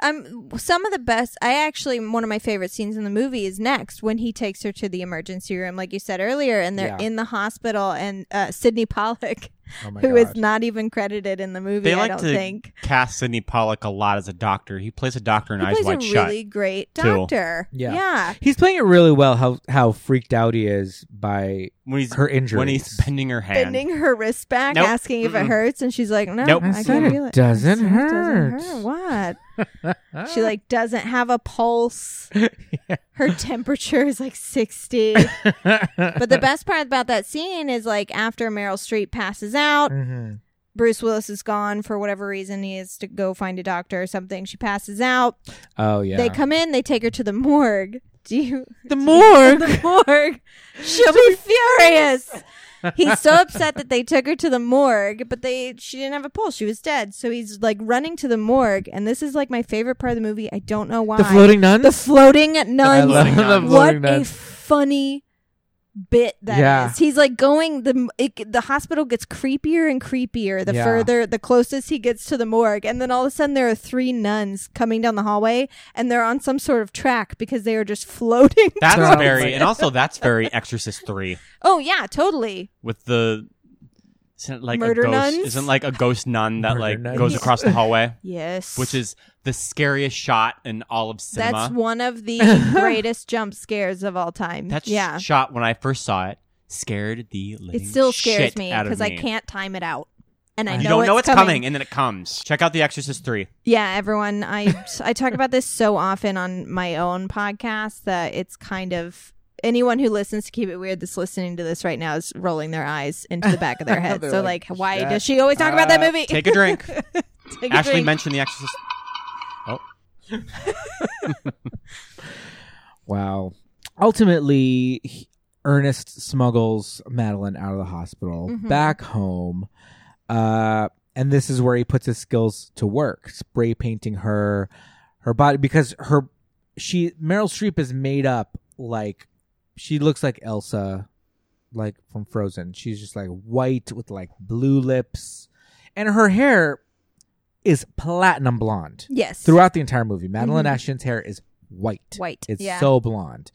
F: um some of the best I actually one of my favorite scenes in the movie is next when he takes her to the emergency room like you said earlier and they're
D: Yeah.
F: in the hospital and uh Sidney Pollock
D: oh my
F: who
D: God.
F: is not even credited in the movie
E: They
F: I
E: like
F: don't
E: to
F: think.
E: cast Sidney Pollock a lot as a doctor. He plays a doctor in
F: He
E: Eyes
F: plays a
E: Wide Shut.
F: really great
E: too.
F: doctor.
D: Yeah.
F: Yeah.
D: He's playing it really well. How how freaked out he is by
E: when he's
D: her
E: when
D: injuries.
E: he's bending her hand.
F: Bending her wrist back,
E: Nope.
F: asking if it
E: Mm-mm.
F: hurts, and she's like, "No,
E: Nope. I
F: I
D: said
F: can't
D: it
F: feel it. I
D: doesn't
F: said it
D: hurt.
F: hurt. What? She like doesn't have a pulse. Her temperature is like 60. but the best part about that scene is like after Meryl Streep passes out,
D: Mhm.
F: Bruce Willis is gone for whatever reason. He has to go find a doctor or something. She passes out.
D: Oh yeah.
F: They come in, they take her to the morgue. Do you
D: the morgue.
F: the morgue. She'll be furious. He's so upset that they took her to the morgue, but they she didn't have a pulse. She was dead. So he's like running to the morgue, and this is like my favorite part of the movie. I don't know why.
D: The floating nuns.
F: the floating
D: I
F: nuns.
D: love
E: Floating
D: the
E: nuns.
F: what
D: floating
F: a
D: nuns.
F: funny bit that is.
D: Yeah.
F: He's like going the it, the hospital gets creepier and creepier the
D: Yeah.
F: further the closest he gets to the morgue and then all of a sudden there are three nuns coming down the hallway and they're on some sort of track because they are just floating.
E: That's
D: Sounds like-
E: very, and also that's very Exorcist three
F: oh yeah, totally.
E: with the isn't it like
F: Murder
E: a ghost,
F: nuns?
E: isn't like a ghost nun that
D: Murder
E: like
D: nuns.
E: goes across the hallway,
F: Yes.
E: which is the scariest shot in all of cinema.
F: That's one of the greatest jump scares of all time.
E: That sh-
F: yeah.
E: shot when I first saw it scared the living.
F: It still scares
E: shit
F: me
E: out of
F: because I
E: me.
F: can't time it out. And I
E: You
F: know
E: don't
F: it's
E: know it's
F: coming.
E: and then it comes. Check out The Exorcist three.
F: Yeah, everyone. I I talk about this so often on my own podcast that it's kind of anyone who listens to Keep It Weird that's listening to this right now is rolling their eyes into the back of their head.
D: They're
F: so
D: like,
F: like, why
D: "Shut
F: does she always talk about that
D: up.
F: movie?
E: Uh, Take a drink.
F: Take a
E: Ashley
F: drink.
E: mentioned The Exorcist. Oh,
D: Wow. Ultimately, he- Ernest smuggles Madeline out of the hospital
F: Mhm.
D: back home. Uh, and this is where he puts his skills to work, spray painting her her body because her she Meryl Streep is made up like she looks like Elsa like from Frozen. She's just like white with like blue lips and her hair is platinum blonde.
F: Yes. Mm-hmm.
D: Throughout the entire movie, Madeline Ashton's hair is white.
F: White,
D: It's
F: yeah.
D: so blonde.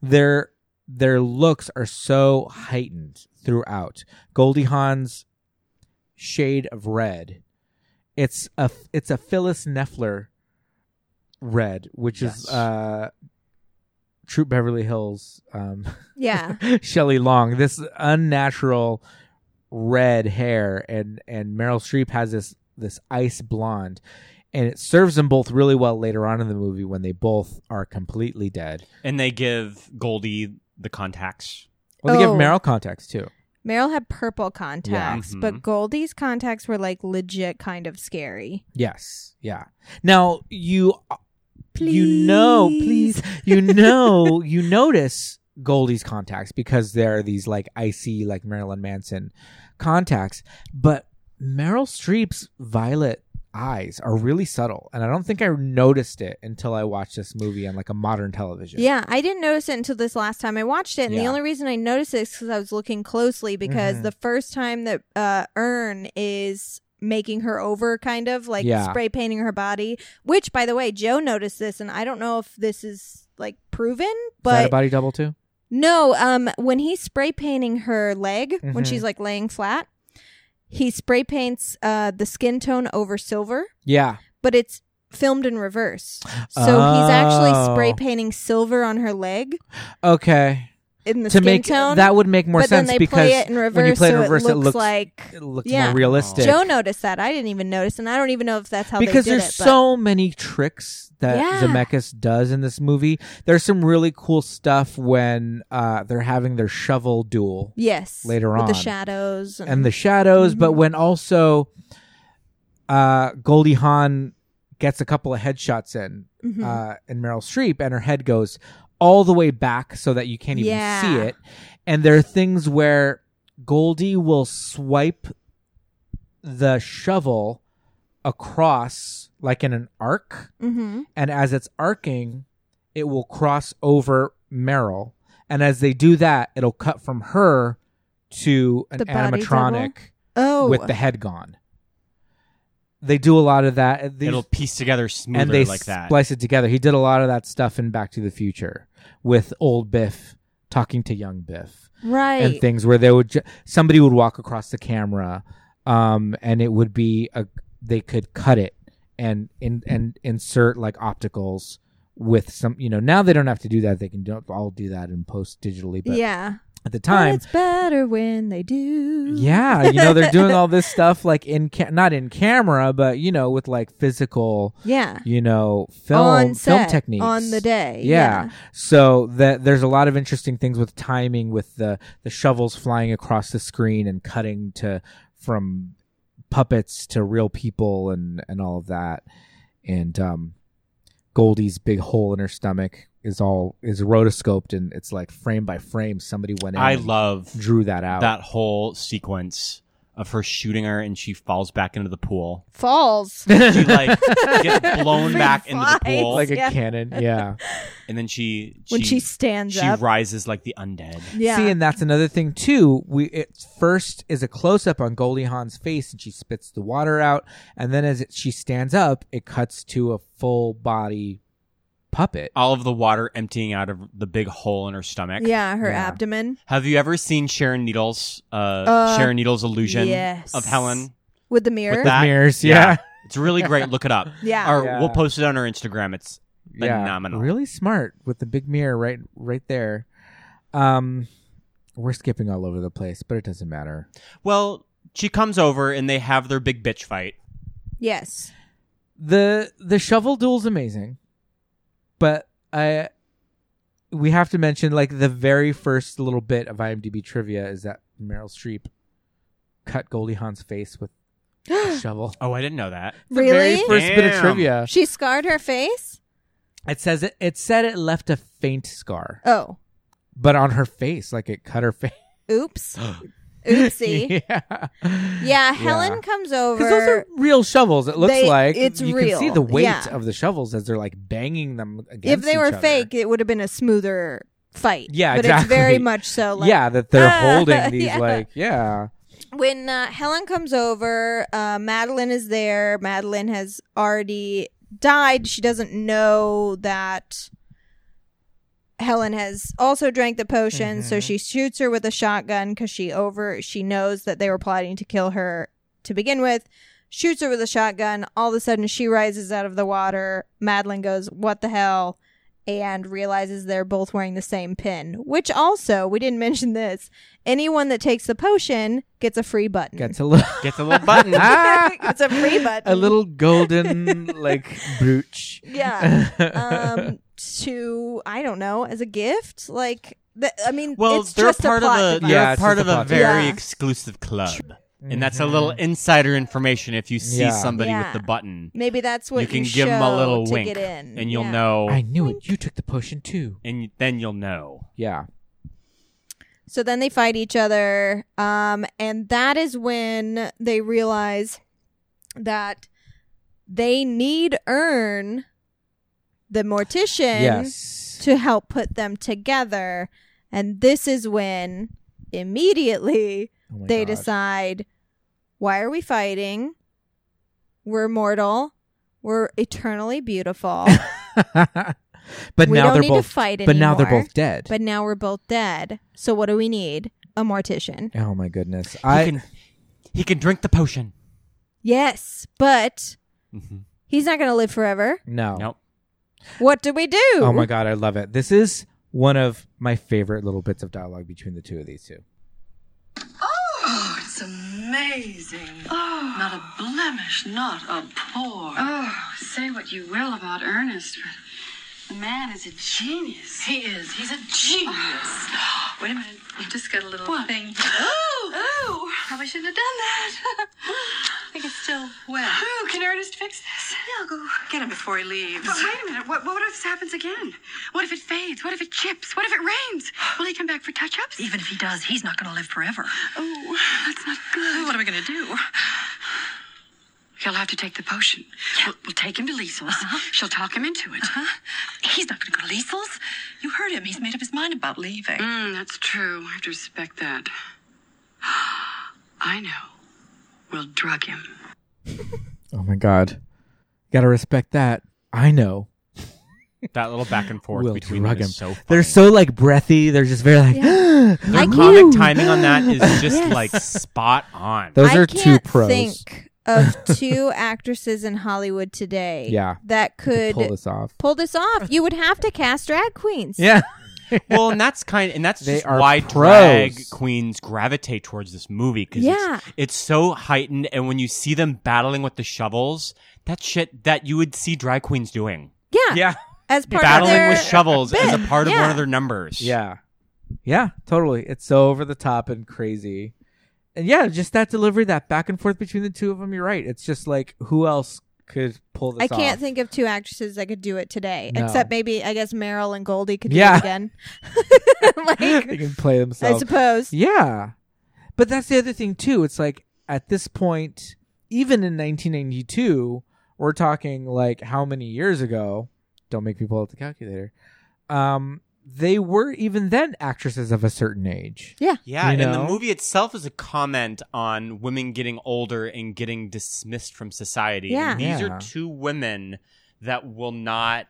D: Their their looks are so heightened throughout. Goldie Hawn's shade of red. It's a it's a Phyllis Neffler red, which
E: Yes.
D: is uh Troop Beverly Hills um
F: Yeah.
D: Shelley Long, this unnatural red hair, and and Meryl Streep has this this ice blonde, and it serves them both really well later on in the movie when they both are completely dead.
E: And they give Goldie the contacts.
D: Well, they
F: Oh.
D: give Meryl contacts too.
F: Meryl had purple contacts,
E: Mhm.
F: but Goldie's contacts were like legit kind of scary.
D: Yes, yeah. Now you, uh, you know, please, you know, you notice Goldie's contacts because they're these like icy, like Marilyn Manson contacts, but Meryl Streep's violet eyes are really subtle, and I don't think I noticed it until I watched this movie on like a modern television.
F: Yeah, I didn't notice it until this last time I watched it, and the
D: Yeah.
F: only reason I noticed it is because I was looking closely. Because
D: Mhm.
F: the first time that uh, Ern is making her over, kind of like
D: Yeah.
F: spray painting her body, which, by the way, Joe noticed this, and I don't know if this is like proven,
D: Is that a
F: but
D: body double too?
F: no, um, when he's spray painting her leg when
D: Mhm.
F: she's like laying flat, he spray paints uh, the skin tone over silver
D: Yeah.
F: but it's filmed in reverse. So he's actually spray
D: Oh.
F: painting silver on her leg
D: Okay.
F: in the
D: to
F: skin
D: make
F: tone.
D: that would make more
F: but
D: sense
F: then they
D: because
F: play it in reverse,
D: when you play it in
F: so
D: reverse,
F: it looks,
D: looks
F: like
D: it looks
F: yeah.
D: more realistic.
F: Joe noticed that. I didn't even notice, and I don't even know if that's how
D: because
F: they did
D: there's
F: it. but-
D: so many tricks that
F: Yeah.
D: Zemeckis does in this movie. There's some really cool stuff when uh, they're having their shovel duel
F: yes,
D: later
F: with
D: on,
F: the shadows and,
D: and the shadows,
F: Mm-hmm.
D: but when also uh, Goldie Hawn gets a couple of headshots in,
F: Mhm.
D: uh, and Meryl Streep, and her head goes all the way back so that you can't even
F: Yeah.
D: see it. And there are things where Goldie will swipe the shovel across, like in an arc,
F: Mhm.
D: and as it's arcing, it will cross over Meryl. And as they do that, it'll cut from her to an
F: The body
D: animatronic
F: oh
D: with the head gone. They do a lot of that. These-
E: It'll piece together smoother
D: and they
E: like that.
D: splice it together. He did a lot of that stuff in Back to the Future with old Biff talking to young Biff
F: right.
D: and things where they would ju- somebody would walk across the camera, um, and it would be a they could cut it and in, and insert like opticals with some you know now they don't have to do that they can do, all do that and post digitally but
F: yeah,
D: at the
F: But
D: time
F: it's better when they do.
D: yeah, you know they're doing all this stuff like in ca- not in camera, but you know with like physical,
F: yeah.
D: you know, film
F: on set,
D: film techniques
F: on the day.
D: Yeah.
F: yeah.
D: So that there's a lot of interesting things with timing with the the shovels flying across the screen and cutting to from puppets to real people and and all of that. And um Goldie's big hole in her stomach is all is rotoscoped and it's like frame by frame somebody went in
E: I
D: and
E: love
D: drew that out.
E: that whole sequence of her shooting her and she falls back into the pool.
F: Falls.
E: She like gets blown back into the
F: Flies.
E: pool
D: like a
F: Yeah.
D: cannon, yeah.
E: and then she, she
F: when she stands
E: she
F: up.
E: rises like the undead.
F: yeah.
D: See, and that's another thing too. We it first is a close up on Goldie Hawn's face, and she spits the water out, and then as it, she stands up, it cuts to a full body puppet.
E: All of the water emptying out of the big hole in her stomach.
F: yeah, her
D: Yeah.
F: abdomen
E: Have you ever seen Sharon Needles uh,
F: Uh,
E: Sharon Needles illusion
F: yes.
E: of Helen?
F: with the mirror.
E: With that?
D: mirrors, yeah.
E: It's really great. Look it up.
F: Yeah.
E: Or
D: Yeah.
E: we'll post it on our Instagram. It's
D: Yeah,
E: phenomenal.
D: really smart with the big mirror right right there. Um, we're skipping all over the place, but it doesn't matter.
E: Well, she comes over and they have their big bitch fight.
F: Yes.
D: the The shovel duel's amazing, but I we have to mention like the very first little bit of IMDb trivia is that Meryl Streep cut Goldie Hawn's face with a shovel.
E: Oh, I didn't know that.
D: The
F: Really?
D: very first bit of
E: Damn.
D: trivia.
F: she scarred her face?
D: It says it. It said it left a faint scar,
F: Oh.
D: but on her face, like it cut her face.
F: Oops. Oopsie.
D: yeah.
F: Yeah, Helen comes over.
D: Because those are real shovels. It looks
F: They-
D: like
F: it's
D: you can
F: real,
D: see the weight
F: yeah.
D: of the shovels as they're like banging them against.
F: if they
D: each
F: were
D: other.
F: fake, it would have been a smoother fight.
D: Yeah,
F: But it's
D: exactly.
F: very much so like
D: yeah, that they're
F: "Ah,"
D: holding these
F: yeah.
D: like yeah.
F: when uh, Helen comes over, uh, Madeline is there. Madeline has already died. She doesn't know that Helen has also drank the potion,
E: Mm-hmm.
F: so she shoots her with a shotgun because she over she knows that they were plotting to kill her to begin with. Shoots her with a shotgun. All of a sudden, she rises out of the water. Madeline goes, "What the hell?" and realizes they're both wearing the same pin. Which also, we didn't mention this. Anyone that takes the potion gets a free button.
D: Gets a little,
E: Gets a little button.
F: Gets a free button.
D: a little golden like brooch.
F: yeah. Um, to I don't know as a gift. Like th- I mean,
E: Well,
F: it's
E: they're
F: just
E: part
F: a
E: of
F: plot
E: a
F: device.
E: they're
D: Yeah, it's
E: part
D: just
E: of
D: a
E: a
D: plot
E: very
F: device.
E: exclusive club, and that's a little insider information. If you see
D: Yeah.
E: somebody
F: Mm-hmm. Yeah.
E: with the button,
F: Maybe that's what
E: you can
F: you
E: give them a
F: show
E: little
F: to
E: wink,
F: get in.
E: and you'll
F: Yeah.
E: know,
D: I knew it. You took the potion too.
E: and y- then you'll know.
D: Yeah.
F: So then they fight each other. Um, and that is when they realize that they need Earn, the mortician,
D: Yes.
F: to help put them together. And this is when immediately
D: Oh my
F: they
D: God.
F: decide why are we fighting? We're mortal. We're eternally beautiful.
D: but
F: We
D: now
F: don't
D: they're
F: need to
D: both
F: fight
D: But now they're
F: anymore,
D: both dead.
F: but now we're both dead. So what do we need? A mortician.
D: oh my goodness.
E: He
D: I
E: can he can drink the potion.
F: Yes, but
D: Mm-hmm.
E: Mhm.
F: he's not going to live forever.
D: no.
E: Nope.
F: What do we do?
D: Oh my god, I love it. This is one of my favorite little bits of dialogue between the two of these two.
K: Oh, it's amazing. Oh. Not a blemish, not a pore.
G: Oh, say what you will about Ernest, but the man is a genius.
K: He is. He's a genius.
G: Wait a minute. You just got a little
K: What?
G: thing.
K: Oh,
G: Oh, probably shouldn't have done that. I think it's still wet.
K: oh, can Ernest fix this?
G: Yeah, I'll go.
K: Get him before he leaves.
G: But wait a minute. What, what if this happens again? What if it fades? What if it chips? What if it rains? Will he come back for touch ups?
K: Even if he does, he's not going to live forever.
G: Oh, that's not good.
K: What am I going to do?
G: He'll have to take the potion. We'll, we'll take him to Liesl's. She'll talk him into it.
K: He's not going to go to Liesl's. You heard him. He's made up his mind about leaving.
G: Mm, that's true. I have to respect that. I know. We'll drug him.
D: Oh my god. Gotta respect that. I know.
E: That little back and forth
D: We'll
E: between
D: drug
E: them
D: him.
E: is so. Funny.
D: they're so like breathy. They're just very like
E: Their
F: I
E: comic
F: can't-
E: timing on that is just like spot on.
D: those
F: I
D: are two
F: can't
D: pros.
F: think of two actresses in Hollywood today
D: Yeah.
F: that could
D: Pull this off.
F: pull this off. You would have to cast drag queens.
D: Yeah.
E: well, and that's kind, and that's
D: They
E: just
D: are
E: why
D: pros.
E: drag queens gravitate towards this movie because
F: Yeah.
E: it's, it's so heightened. And when you see them battling with the shovels, that shit that you would see drag queens doing,
F: Yeah. As part
E: battling
F: of their
E: with shovels as a
F: bit.
E: part of
F: Yeah.
E: one of their numbers.
D: Yeah. Yeah, totally. It's so over the top and crazy. And yeah, just that delivery, that back and forth between the two of them, you're right. It's just like who else could pull this
F: I can't
D: off?
F: think of two actresses that could do it today,
D: No.
F: except maybe I guess Meryl and Goldie could
D: Yeah.
F: do it again.
D: they
F: like,
D: can play
F: I
D: themselves.
F: suppose.
D: Yeah. But that's the other thing too. It's like at this point, even in 1992, we're talking like how many years ago? Don't make me pull out the calculator. Um, they were even then actresses of a certain age.
E: Yeah,
D: You
E: and
D: know?
E: the movie itself is a comment on women getting older and getting dismissed from society.
F: Yeah.
E: And these
D: Yeah.
E: are two women that will not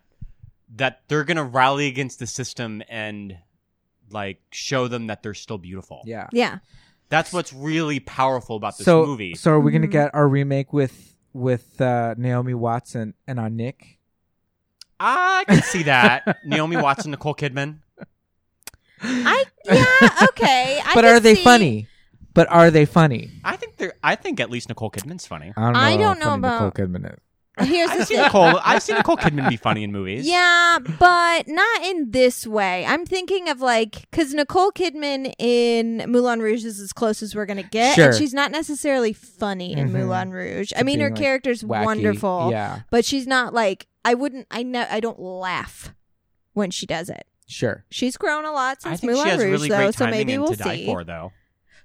E: that they're going to rally against the system and like show them that they're still beautiful.
D: Yeah.
F: Yeah.
E: That's what's really powerful about this
D: so,
E: movie.
D: So are we going to
F: Mhm.
D: get our remake with with uh, Naomi Watts and, and on Nick?
E: I can see that. Naomi Watts and Nicole Kidman.
F: I yeah, okay. I
D: but
F: can
D: are they
F: see-
D: funny? But are they funny?
E: I think they're I think at least Nicole Kidman's funny.
D: I don't know.
F: I
D: how
F: don't know
D: funny
F: about-
D: Nicole Kidman. Is.
F: Here's the
E: I've seen
F: thing.
E: Nicole I've seen Nicole Kidman be funny in movies.
F: Yeah, but not in this way. I'm thinking of like because Nicole Kidman in Moulin Rouge is as close as we're gonna get,
D: Sure.
F: and she's not necessarily funny in
D: Mhm.
F: Moulin Rouge. I
D: To
F: mean, her
D: being, like,
F: character's
D: Wacky.
F: wonderful,
D: Yeah.
F: but she's not like I wouldn't. I know I don't laugh when she does it.
D: Sure.
F: She's grown a lot
E: I
F: since
E: think she
F: Moulin
E: has
F: Rouge,
E: really
F: though,
E: great
F: so
E: timing
F: maybe
E: and
F: we'll
E: to die
F: see.
E: for though.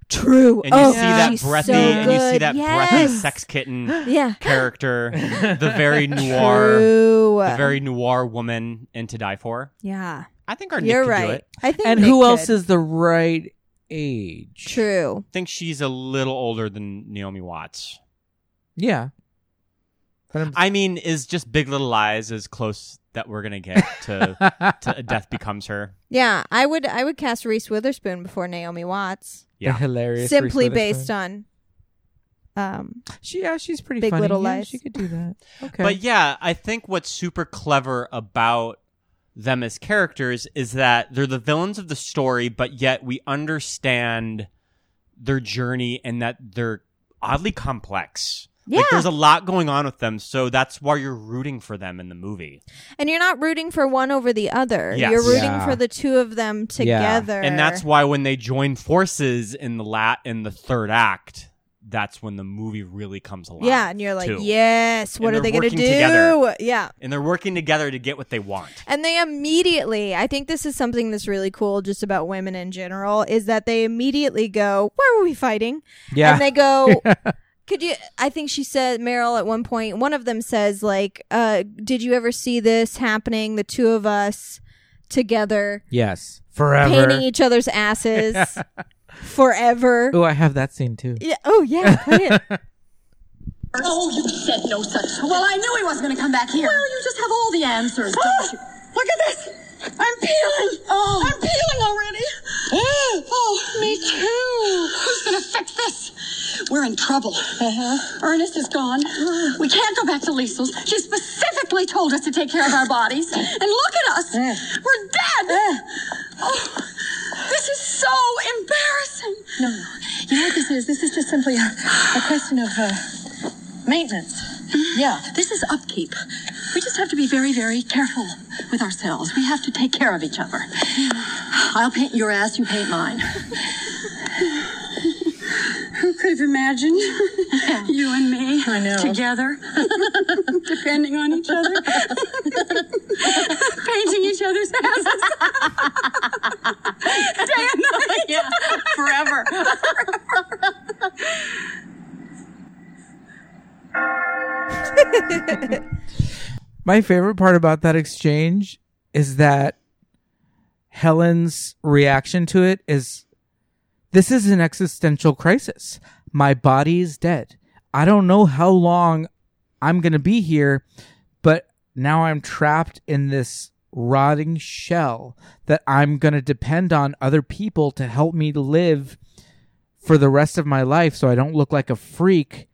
F: True.
E: and you
F: oh,
E: see that
F: she's
E: breathy
F: so
E: and you see
F: good.
E: that
F: yes.
E: breathy sex kitten
F: Yeah.
E: character the very noir
F: True.
E: the very noir woman in to die for
F: yeah.
E: i think our
F: You're
E: nick could do
F: right.
E: it
F: I think.
D: And
F: Nick
D: who else
F: could.
D: is the right age.
F: True.
E: I think she's a little older than Naomi Watts.
D: Yeah. But I'm-
E: I mean, is just Big Little Lies as close that we're gonna get to, to Death Becomes Her?
F: Yeah, I would I would cast Reese Witherspoon before Naomi Watts
D: they're
E: Yeah.
D: hilarious.
F: simply
D: Reese Witherspoon.
F: based on um
D: She yeah, she's pretty
F: Big
D: funny.
F: Little
D: Yeah,
F: Lies.
D: She could do that. Okay.
E: But yeah, I think what's super clever about them as characters is that they're the villains of the story, but yet we understand their journey and that they're oddly complex.
F: Yeah.
E: Like there's a lot going on with them, so that's why you're rooting for them in the movie.
F: and you're not rooting for one over the other.
E: Yes.
F: You're rooting
D: Yeah.
F: for the two of them together.
E: And that's why when they join forces in the lat in the third act, that's when the movie really comes alive.
F: Yeah, and you're like,
E: too.
F: "Yes, what
E: And
F: are they
E: they're
F: going to do?"
E: working together.
F: Yeah.
E: And they're working together to get what they want.
F: And they immediately, I think this is something that's really cool just about women in general, is that they immediately go, Where were we fighting?
D: yeah.
F: And they go, Could you? I think she said, Meryl at one point, one of them says, like, uh, Did you ever see this happening? The two of us together,
D: yes. Forever.
F: painting each other's asses forever.
D: Oh, I have that scene too.
F: Yeah. Oh, yeah. play it.
L: Oh, you said no such thing. Well, I knew he wasn't going to come back here. Well, you just have all the answers, don't you? Ah, Look at this. I'm peeling. Oh. I'm peeling already. oh, me too. Who's going to fix this? We're in trouble. Uh-huh. Ernest is gone.
M: Ah.
L: We can't go back to Liesl's. She specifically told us to take care of our bodies. And look at us. We're dead. Oh, this is so embarrassing.
M: No, no. You know what this is? This is just simply a, a question of uh, maintenance. Yeah.
L: This is upkeep. We just have to be very, very careful with ourselves. We have to take care of each other. I'll paint your ass, you paint mine.
J: Who could have imagined you and me together, depending on each other, painting each other's houses day and night,
L: forever.
D: My favorite part about that exchange is that Helen's reaction to it is this is an existential crisis. My body is dead. I don't know how long I'm going to be here, but now I'm trapped in this rotting shell that I'm going to depend on other people to help me live for the rest of my life so I don't look like a freak.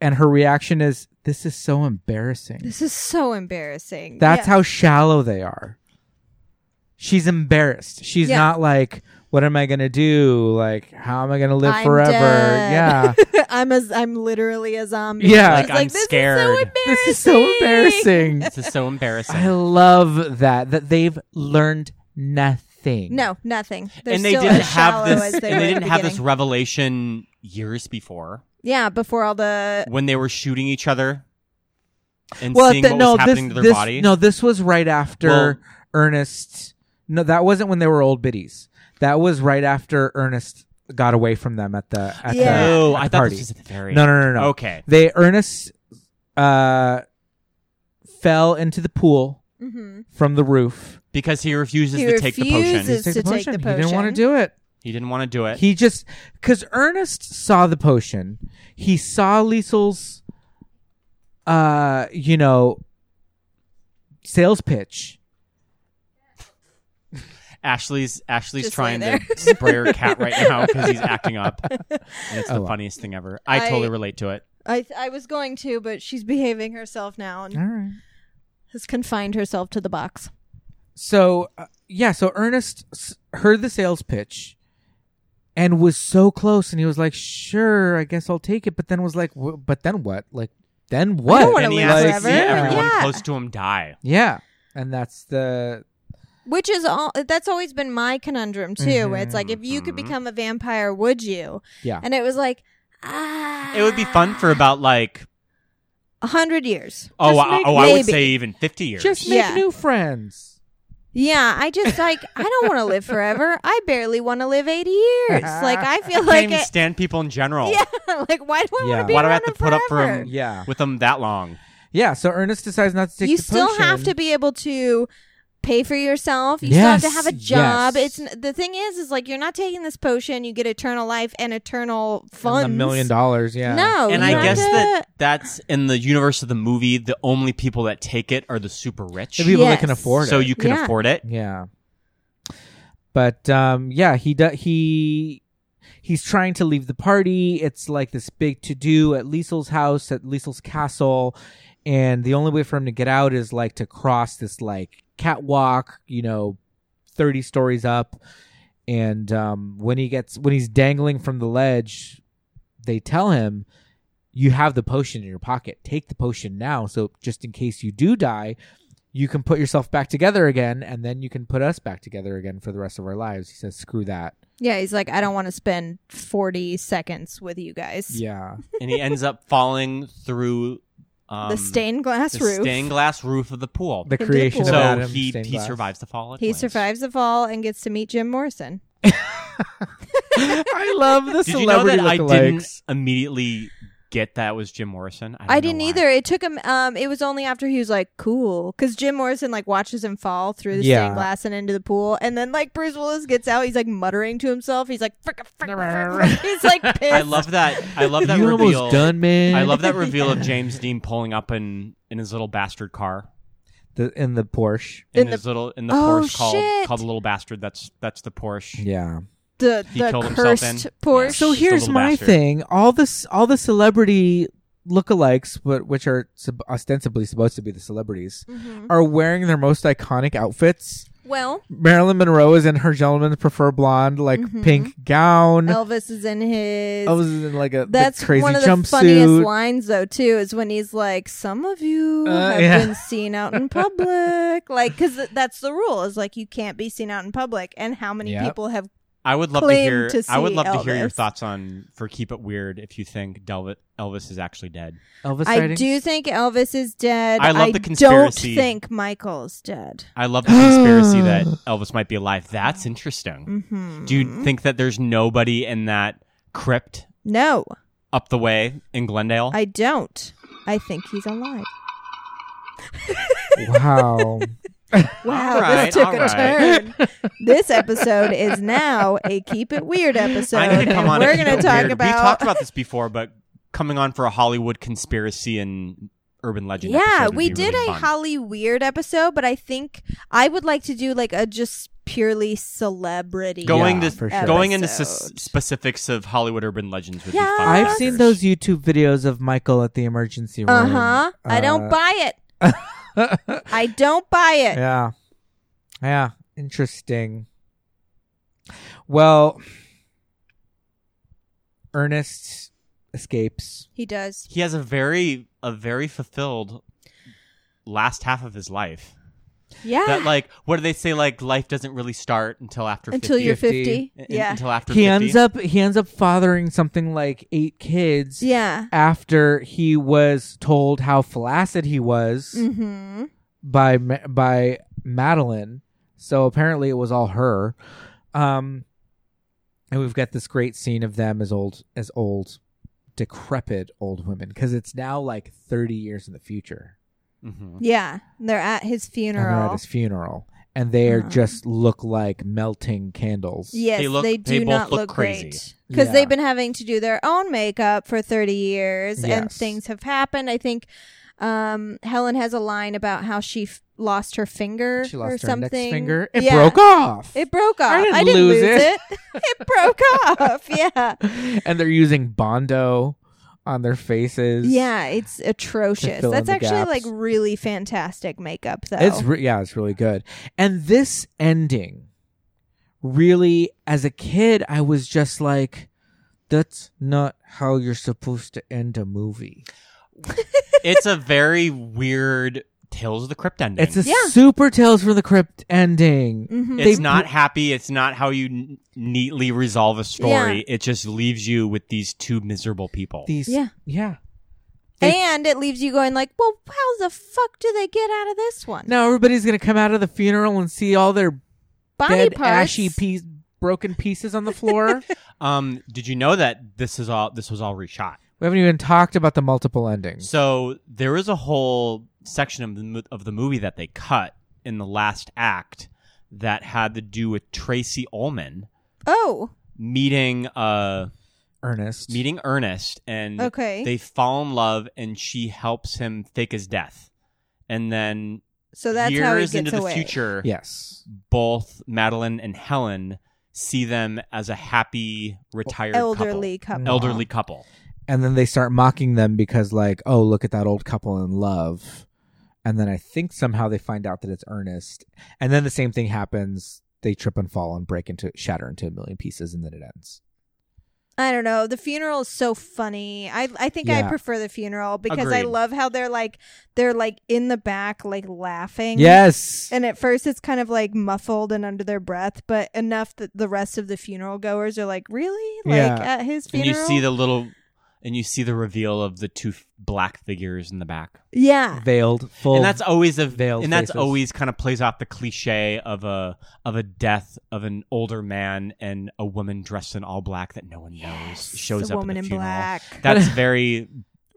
D: And her reaction is, This is so embarrassing.
F: this is so embarrassing.
D: That's
F: Yeah.
D: how shallow they are. She's embarrassed. She's
F: Yeah.
D: not like, what am I gonna do? Like, how am I gonna live
F: I'm
D: forever?
F: dead.
D: Yeah.
F: I'm a, I'm literally a zombie.
D: Yeah.
F: She's
D: Like,
E: I'm
F: this Is so
E: scared.
F: embarrassing.
D: this is so embarrassing.
E: This is so embarrassing.
D: I love that. That they've learned nothing.
F: No, nothing. They're
E: and they
F: still
E: didn't
F: as
E: have
F: shallow
E: this
F: as they
E: and
F: were
E: they
F: at
E: didn't
F: the
E: have this
F: beginning.
E: revelation years before
F: yeah, before all the
E: when they were shooting each other and
D: Well,
E: seeing
D: th-
E: what
D: no,
E: was
D: this,
E: happening to their
D: this,
E: body.
D: no, this was right after
E: Well-
D: Ernest. No, that wasn't when they were old biddies. That was right after Ernest got away from them at the at
F: Yeah.
D: the,
E: Oh,
D: at
E: I
D: the
E: thought
D: party.
E: this was at the very
D: no,
E: end.
D: no, no, no.
E: Okay.
D: They Ernest uh fell into the pool
F: Mhm.
D: from the roof.
E: Because he refuses
F: He
E: to take the potion.
F: refuses-
D: Take the
F: to take
D: potion.
F: the
D: He didn't want to
F: potion.
D: do it.
E: He didn't want to do it.
D: He just because Ernest saw the potion. He saw Liesl's, uh, you know, sales pitch.
E: Ashley's Ashley's
F: Just
E: trying
F: lay
E: to spray her cat right now because he's acting up. And it's
D: Oh,
E: the
D: wow.
E: funniest thing ever. I,
F: I-
E: totally relate to it.
F: I I was going to, but she's behaving herself now and
D: All right.
F: has confined herself to the box.
D: So uh, yeah, so Ernest s- heard the sales pitch and was so close, and he was like, "Sure, I guess I'll take it," but then was like, "Wh- "But then what? Like, then what?"
F: wanna
E: And he
F: live
E: has to
F: forever.
E: see everyone
F: Yeah.
E: close to him die.
D: Yeah, and that's the
F: Which is all that's always been my conundrum too. where It's like if you could become a vampire, would you?
D: Mm-hmm. yeah.
F: And it was like ah,
E: It would be fun for about like
F: a hundred years.
E: oh
D: Just
E: I,
D: make-
E: oh I would
F: maybe.
E: say even fifty years.
D: Just make
F: Yeah.
D: new friends.
F: Yeah, I just like I don't want to live forever. I barely want to live eighty years. Like I feel like
E: can't even
F: it,
E: stand people in general.
F: yeah, like why do I want
D: Yeah.
F: to be
E: Why do I
F: around
E: have to put up for
F: forever?
E: him?
D: Yeah.
E: with them that long.
D: Yeah, so Ernest decides not to take
F: you
D: the
F: still
D: potion.
F: have to be able to pay for yourself. You still have to
D: Yes,
F: have a job.
D: yes.
F: It's the thing is, is like you're not taking this potion. You get eternal life and eternal funds.
D: a million dollars. Yeah.
F: No,
E: and
F: you
E: I
F: have
E: guess
F: to-
E: that that's in the universe of the movie. The only people that take it are the super rich,
D: The people that can Yes. afford
E: So
D: it.
E: you can
F: Yeah.
E: afford it.
D: Yeah. But um, yeah, he do- he he's trying to leave the party. It's like this big to do at Liesl's house, at Liesl's castle, and the only way for him to get out is like to cross this like catwalk, you know, thirty stories up. And um, when he gets when he's dangling from the ledge, they tell him you have the potion in your pocket. Take the potion now, so just in case you do die, you can put yourself back together again, and then you can put us back together again for the rest of our lives. He says, "Screw that."
F: yeah, he's like, I don't want to spend forty seconds with you guys.
D: Yeah,
E: and he ends up falling through um,
F: the stained glass
E: the
F: roof.
E: stained glass roof of the pool.
D: the creation
E: so
D: of Adam.
E: he
D: stained
E: he
D: glass.
E: survives the fall.
F: he
E: anyways.
F: survives the fall and gets to meet Jim Morrison.
D: I love the
E: Did you know
D: celebrity
E: that I
D: lookalikes.
E: didn't immediately get that was Jim Morrison? don't
F: I,
E: know
F: didn't
E: why.
F: either. It took him. Um, it was only after he was like cool, because Jim Morrison like watches him fall through the
D: Yeah.
F: stained glass and into the pool, and then like Bruce Willis gets out. He's like muttering to himself. He's like, fricka, fricka, fricka. fricka." he's like pissed.
E: I love that. I love that
D: You almost
E: reveal.
D: done, man.
E: I love that reveal of James Dean pulling up in in his little bastard car.
D: The, in the Porsche.
E: In,
F: In the-
E: his little in the
F: Oh,
E: Porsche called
F: shit.
E: called the little bastard. That's that's the Porsche.
D: Yeah.
F: the
E: He
F: the
E: killed himself
F: cursed
E: then?
F: Porsche.
D: So
E: Just a
D: here's
E: little
D: my
E: bastard.
D: thing: all this, all the celebrity lookalikes, but which are sub- ostensibly supposed to be the celebrities, are wearing their most iconic outfits.
F: well,
D: Marilyn Monroe is in her gentleman's prefer blonde, like pink gown.
F: Elvis is in his.
D: Elvis is in like a the
F: That's
D: crazy
F: one of the
D: jumpsuit.
F: funniest lines, though, too, is when he's like, "Some of you
D: Uh,
F: have
D: yeah.
F: been seen out in public, like, because that's the rule is like you can't be seen out in public." And how many
D: Yep.
F: people have?
E: I would love to
F: Claim
E: hear.
F: to
E: I would
F: see
E: love to hear your
F: Elvis.
E: thoughts on for Keep It Weird. If you think Delvis, Elvis is actually dead,
D: Elvis
F: I
D: sightings?
F: do think Elvis is dead.
E: I love the conspiracy.
F: Don't think Michael's dead.
E: I love the conspiracy that Elvis might be alive. That's interesting.
F: Mm-hmm.
E: Do you think that there's nobody in that crypt
F: No,
E: up the way in Glendale?
F: I don't. I think he's alive.
D: Wow.
F: Wow,
E: All right,
F: this took
E: all
F: a
E: right.
F: turn. this episode is now a keep it weird episode.
E: I need to come
F: and
E: on.
F: we're
E: and keep
F: going
E: it
F: to talk
E: weird.
F: about.
E: We talked about this before, but coming on for a Hollywood conspiracy and urban legend.
F: yeah,
E: episode would
F: we
E: be
F: did
E: really
F: a
E: fun.
F: Holly Weird episode, but I think I would like to do like a just purely celebrity.
E: going
D: Yeah,
E: to
D: for sure.
E: going into s-
F: episode.
E: specifics of Hollywood urban legends would
F: Yeah.
E: be fun.
D: I've seen those YouTube videos of Michael at the emergency room.
F: Uh-huh. I
D: Uh,
F: don't buy it. I don't buy it.
D: Yeah. Yeah. Interesting. Well, Ernest escapes.
F: He does.
E: He has a very a very fulfilled last half of his life.
F: Yeah.
E: That like what do they say like life doesn't really start until after
F: Until
E: 50.
F: you're
D: 50.
F: 50.
E: Un-
F: Yeah.
E: until after
D: He
E: 50.
D: ends up he ends up fathering something like eight kids
F: yeah.
D: after he was told how flaccid he was
F: Mm-hmm.
D: by Ma- by Madeline. So apparently it was all her. Um and we've got this great scene of them as old as old decrepit old women cuz it's now like 30 years in the future.
E: Mhm.
F: Yeah. They're at his
D: And Oh, they're at
F: funeral.
D: his funeral and they are
F: Oh.
D: just look like melting candles.
F: Yes,
E: They
F: they,
E: look-
F: do
E: they both
F: not
E: look
F: look,
E: crazy.
F: great because
D: Yeah.
F: they've been having to do their own makeup for 30 years, and
D: Yes.
F: things have happened. I think um, Helen has a line about how she f- lost her finger
D: She
F: or
D: lost her
F: something.
D: index finger. It
F: Yeah.
D: broke off.
F: It broke off.
D: I
F: I
D: didn't
F: didn't,
D: lose
F: lose,
D: it.
F: it. It. broke off. Yeah.
D: and they're using Bondo on their faces.
F: Yeah, it's atrocious.
D: fill in
F: That's
D: the
F: actually like
D: gaps.
F: really fantastic makeup though.
D: It's re- yeah, it's really good. And this ending, really, as a kid, I was just like, "That's not how you're supposed to end a movie."
E: it's a very weird Tales of the Crypt ending.
D: It's a
F: Yeah.
D: super Tales from the Crypt ending.
F: Mhm.
E: it's
D: They-
E: not happy. It's not how you n- neatly resolve a story.
F: Yeah.
E: It just leaves you with these two miserable people.
D: These, yeah,
F: Yeah.
D: yeah.
F: and it leaves you going like, "Well, how the fuck do they get out of this one?"
D: Now everybody's gonna come out of the funeral and see all their
F: Body
D: dead,
F: parts.
D: ashy piece, broken pieces on the floor.
E: Um, did you know that this is all this was all reshot?
D: we haven't even talked about the multiple endings.
E: So there is a whole section of the mo- of the movie that they cut in the last act that had to do with Tracy Ullman
F: Oh,
E: meeting uh
D: Ernest.
E: meeting Ernest and
F: Okay.
E: they fall in love and she helps him fake his death. And then
F: So that's
E: years
F: how he
E: into
F: gets
E: the
F: away.
E: future,
D: Yes.
E: both Madeline and Helen see them as a happy retired
F: Elderly couple.
E: Elderly couple.
D: and then they start mocking them because like oh look at that old couple in love and then i think somehow they find out that it's ernest and then the same thing happens they trip and fall and break into shatter into a million pieces and then it ends
F: I don't know. The funeral is so funny. I I think I
D: Yeah.
F: prefer the funeral because I
D: Agreed.
F: love how they're like they're like in the back like laughing.
D: Yes.
F: And at first it's kind of like muffled and under their breath, but enough that the rest of the funeral goers are like, "Really?" Like
E: Yeah.
F: at his
E: And
F: funeral.
E: you see the little and you see the reveal of the two f- black figures in the back.
F: Yeah.
D: veiled full
E: and that's always a
D: veiled
E: and that's
D: faces.
E: always kind of plays off the cliche of a of a death of an older man and a woman dressed in all black that no one knows shows
F: the
E: up
F: woman
E: at
F: in
E: the funeral.
F: black.
E: That's very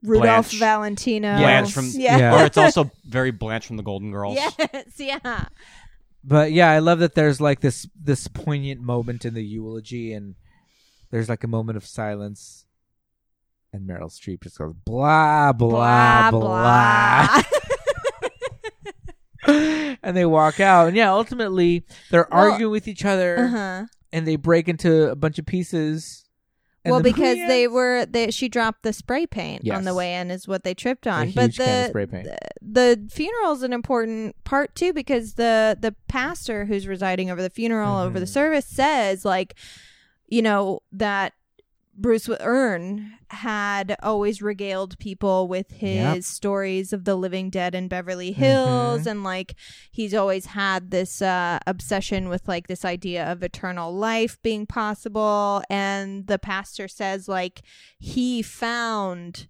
F: Rudolph
E: Blanche,
F: Valentino.
E: Blanche from
F: yeah.
E: or it's also very Blanche from the Golden Girls.
F: yes, yeah.
D: but yeah i love that there's like this this poignant moment in the eulogy and there's like a moment of silence and meryl streep just goes blah blah blah, and they walk out and yeah ultimately they're
F: Well,
D: arguing with each other
F: uh-huh.
D: and they break into a bunch of pieces and
F: well,
D: then-
F: because they were they, she dropped the spray paint on the
D: Yes.
F: way in is what they tripped on.
D: A
F: but
D: huge can of
F: the
D: spray paint.
F: the funeral is an important part too because the the pastor who's residing over the funeral over the service says like you know that Bruce Earn had always regaled people with his
N: Yep.
F: stories of the living dead in Beverly Hills and like he's always had this uh obsession with like this idea of eternal life being possible and the pastor says like he found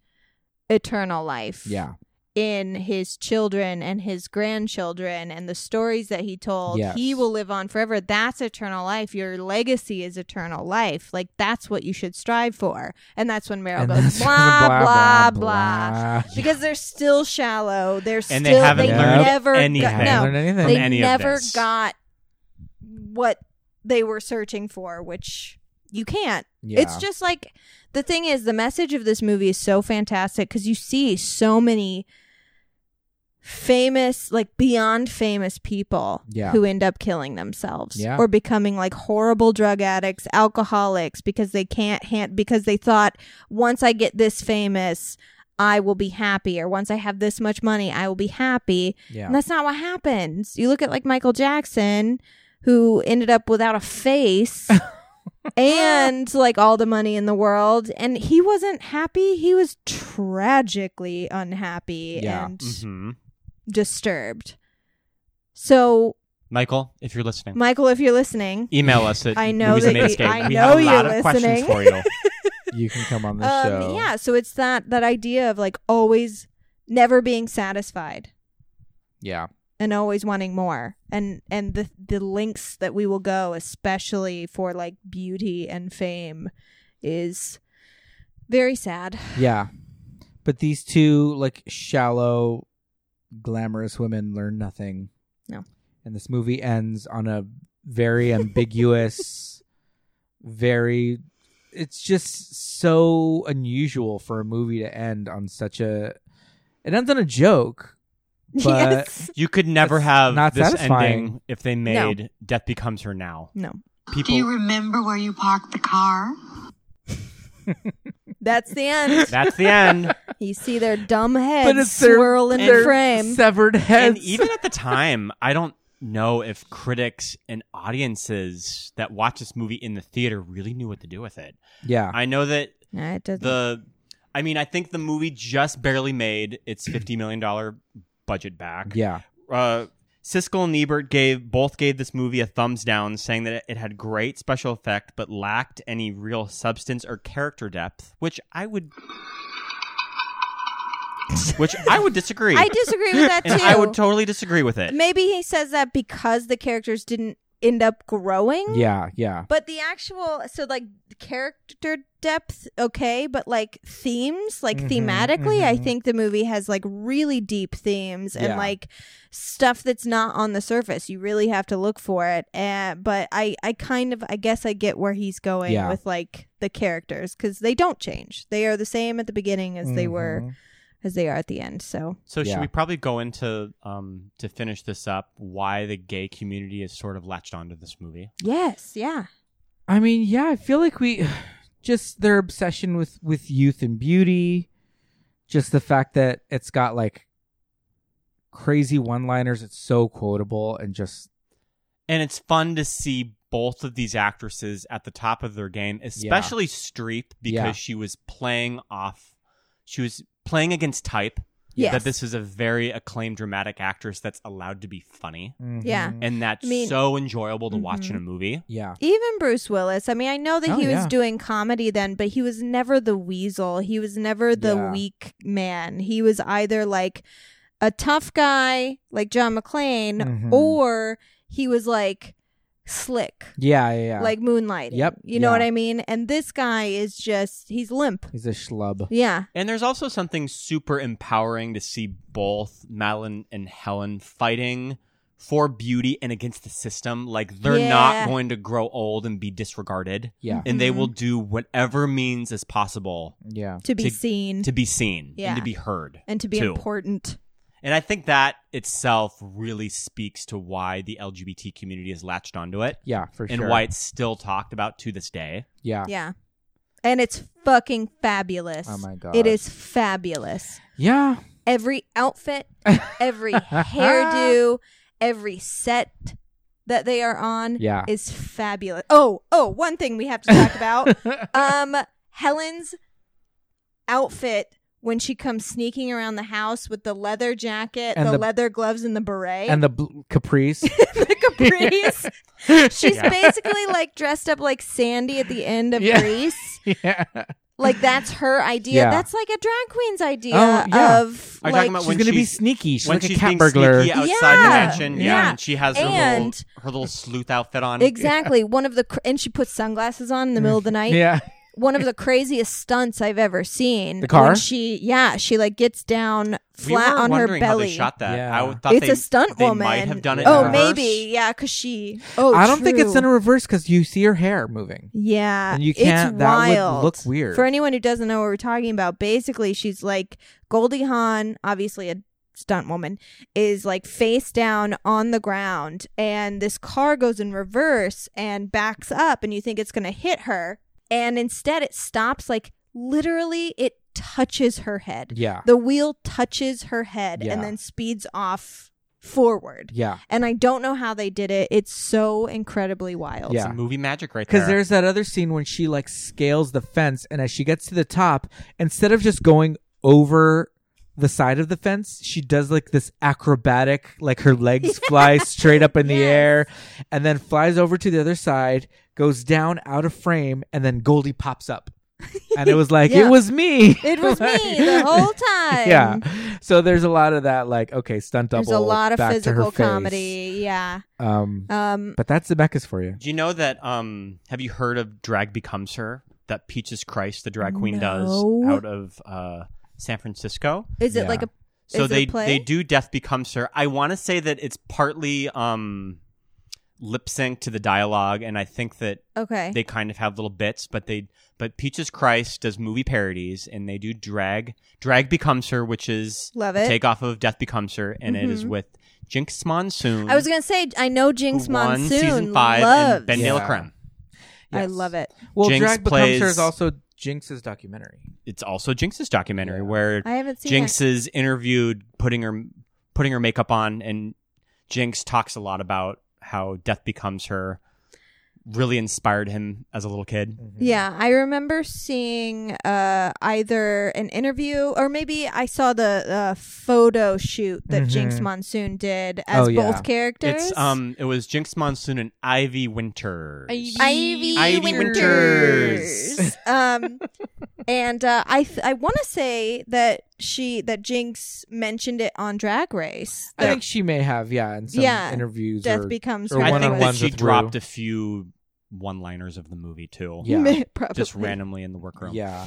F: eternal life
D: Yeah.
F: in his children and his grandchildren and the stories that he told
D: Yes.
F: he will live on forever that's eternal life your legacy is eternal life like that's what you should strive for and that's when meryl
D: And
F: goes
D: that's-
F: blah blah
D: blah,
F: blah,
D: blah,
F: blah
D: blah.
F: because they're still shallow they're
E: And they
F: still
E: haven't learned
F: never
E: anything
F: got, no,
D: Learned anything.
F: they
D: from any of
F: never
D: this.
F: got what they were searching for which you can't it's
N: Yeah.
F: just like the thing is the message of this movie is so fantastic because you see so many famous like beyond famous people
N: Yeah.
F: who end up killing themselves
N: Yeah.
F: or becoming like horrible drug addicts alcoholics because they can't hand because they thought once i get this famous i will be happy or once i have this much money i will be happy
N: Yeah.
F: and that's not what happens you look at like michael jackson who ended up without a face and like all the money in the world and he wasn't happy he was tragically unhappy
E: Yeah.
F: and
N: Mm-hmm.
E: Mhm.
F: disturbed so
E: Michael, if you're listening.
F: michael if you're listening
E: Email us at
F: i know
E: Movies and
F: that you,
E: Manscaped.
F: i
E: We
F: know
E: have a lot
F: you're
E: of questions
F: listening
E: for you.
D: you can come on the
F: um,
D: show
F: yeah so it's that that idea of like always never being satisfied
D: yeah
F: and always wanting more and and the the links that we will go especially for like beauty and fame is very sad
D: yeah but these two like shallow glamorous women learn nothing
F: No.
D: and this movie ends on a very ambiguous very it's just so unusual for a movie to end on such a it ends on a joke but
E: You could never
D: it's
E: have
D: not
E: this
D: satisfying.
E: ending if they made Death Becomes Her Now.
F: No.
E: People
L: remember where you parked the car?
F: that's the end
E: That's the end.
F: you see their dumb heads
D: it's their-
F: swirl in
D: their
F: the frame
D: severed
E: And
D: heads
E: even at the time, I don't know if critics and audiences that watch this movie in the theater really knew what to do with it.
D: Yeah.
E: I know that
F: Nah, it doesn't.
E: the I mean, I think the movie just barely made its fifty million dollar budget back.
D: Yeah.
E: Uh Siskel and Ebert gave both gave this movie a thumbs down, saying that it had great special effect but lacked any real substance or character depth, which I would which I would disagree.
F: I disagree with that
E: And
F: too.
E: I would totally disagree with it.
F: Maybe he says that because the characters didn't end up growing.
D: Yeah, yeah.
F: But the actual so like character depth, okay, but like themes, like
D: Mhm,
F: thematically, I
D: mhm.
F: think the movie has like really deep themes and
D: Yeah.
F: like stuff that's not on the surface. You really have to look for it. Uh, but I I kind of I guess I get where he's going
D: Yeah.
F: with like the characters cuz they don't change. They are the same at the beginning as they
D: Mm-hmm.
F: were as they are at the end. So
E: So
D: Yeah.
E: should we probably go into um, to finish this up? Why the gay community has sort of latched onto this movie?
F: Yes, yeah.
D: I mean, yeah, I feel like we just their obsession with with youth and beauty, just the fact that it's got like crazy one-liners, it's so quotable and just
E: And it's fun to see both of these actresses at the top of their game, especially Streep because
D: Yeah.
E: she was playing off she was playing against type.
F: Yes.
E: That this is a very acclaimed dramatic actress that's allowed to be funny.
D: mm-hmm.
F: Yeah.
E: And that's
F: I mean- Mm-hmm.
E: so enjoyable to watch in a movie.
D: Yeah.
F: Even Bruce Willis. I mean, I know that
E: Oh,
F: he was
E: yeah.
F: doing comedy then, but he was never the weasel. He was never the
D: Yeah.
F: weak man. He was either like a tough guy like John McClane
D: Mhm.
F: or he was like slick.
D: yeah, yeah, yeah.
F: Like moonlighting.
D: Yep,
F: You know
D: yeah.
F: what I mean? And this guy is just he's limp.
D: he's a schlub.
F: Yeah.
E: And there's also something super empowering to see both Madeline and Helen fighting for beauty and against the system. Like they're
F: Yeah.
E: not going to grow old and be disregarded.
D: Yeah.
E: And they
F: Mhm.
E: will do whatever means is possible
D: Yeah.
F: To be seen.
E: To be seen.
F: Yeah.
E: And to be heard.
F: and to be
E: too.
F: important.
E: And I think that itself really speaks to why the LGBT community has latched onto it.
D: Yeah, for
E: and
D: sure.
E: why it's still talked about to this day.
D: Yeah.
F: Yeah. And it's fucking fabulous.
D: Oh my God.
F: It is fabulous.
D: Yeah.
F: every outfit, every hairdo, every set that they are on
D: Yeah.
F: is fabulous. Oh, oh, one thing we have to talk about. um Helen's outfit when she comes sneaking around the house with the leather jacket,
D: And
F: the,
D: the-
F: leather gloves and the beret.
D: And the bl- caprice.
F: capris. She's
D: Yeah.
F: basically like dressed up like Sandy at the end of
D: Yeah.
F: Grease.
D: yeah.
F: Like that's her idea.
D: Yeah.
F: That's like a drag queen's idea
D: Oh, yeah.
E: Are
F: of
E: you talking
F: like
E: about
D: she's
E: when
D: gonna be
E: she's-
D: sneaky. She's
E: when
D: like
E: she's
D: a cat
E: being
D: burglar.
E: sneaky outside
F: Yeah.
E: the mansion, yeah,
F: Yeah.
E: and she has her
F: And-
E: little her little sleuth outfit on.
F: Exactly. One of the cr- and she puts sunglasses on in the middle of the night.
D: Yeah.
F: One of the craziest stunts I've ever seen.
D: The car?
F: When she yeah, she like gets down
E: We were
F: flat on her
E: wondering how
F: belly.
E: they shot that.
D: Yeah.
E: I would- thought
F: it's
E: they,
F: a stunt
E: they
F: woman.
E: might have done it.
F: Oh,
E: in reverse.
F: maybe yeah, because she. Oh,
D: I don't think it's in
F: true.
D: reverse because you see her hair moving.
F: Yeah,
D: And you
F: it's
D: can't- that would
F: wild.
D: look weird.
F: For anyone who doesn't know what we're talking about, basically she's like Goldie Hawn, obviously a stunt woman, is like face down on the ground and this car goes in reverse and backs up and you think it's going to hit her and instead it stops like literally it touches her head.
D: Yeah.
F: The wheel touches her head
D: Yeah.
F: and then speeds off forward.
D: Yeah.
F: And I don't know how they did it. It's so incredibly wild.
D: Yeah.
E: It's movie magic right there.
D: Because there's that other scene when she like scales the fence, and as she gets to the top, instead of just going over the side of the fence, she does like this acrobatic, like her legs fly straight up in the air, and then flies over to the other side, goes down out of frame, and then Goldie pops up. And it was like,
F: Yeah.
D: it was me.
F: It was me
D: Like-
F: the whole time.
D: yeah. So there's a lot of that, like, okay, stunt double.
F: There's a lot of
D: back to her
F: physical
D: face.
F: comedy. Yeah.
D: Um,
F: Um,
D: but that's the Becca's for you.
E: Do you know that? Um, have you heard of Drag Becomes Her? That Peaches Christ, the drag queen,
F: No.
E: does out of uh, San Francisco.
F: Is it
D: Yeah.
F: like a
E: So
F: is it a
E: they
F: play?
E: they do Death Becomes Her. I want to say that it's partly um, lip sync to the dialogue, and I think that
F: Okay.
E: they kind of have little bits, but they but Peaches Christ does movie parodies, and they do drag. Drag Becomes Her, which is
F: Love
E: a
F: it.
E: takeoff of Death Becomes Her, and it is
F: Mhm.
E: with Jinx Monsoon.
F: I was gonna say I know Jinx
E: who won
F: Monsoon.
E: season five
F: loves.
E: and Ben
D: Yeah.
E: De La Creme.
F: I
D: Yes.
F: love it.
D: Well,
E: Jinx
D: Drag Becomes
E: plays-
D: Her is also Jinx's documentary.
E: It's also Jinx's documentary where
F: I haven't seen
E: Jinx is interviewed putting her putting her makeup on, and Jinx talks a lot about how Death Becomes Her really inspired him as a little kid.
F: Yeah, I remember seeing uh, either an interview or maybe I saw the uh, photo shoot that Jinx
D: Mhm.
F: Monsoon did as
D: Oh, yeah.
F: both characters.
E: It's um, it was Jinx Monsoon and Ivy Winters.
F: Ivy,
E: Ivy
F: Winters. um, and uh, I th- I want to say that she that Jinx mentioned it on Drag Race.
D: I think she may have, yeah, in some
F: Yeah,
D: interviews.
F: Death
D: or,
F: Becomes
D: or
F: Her. I
E: I
D: one
E: think
D: on
E: that
D: ones
E: she
D: with
E: dropped
D: Rue.
E: a few one-liners of the movie too.
D: Yeah.
E: just
F: Probably.
E: randomly in the workroom.
D: Yeah.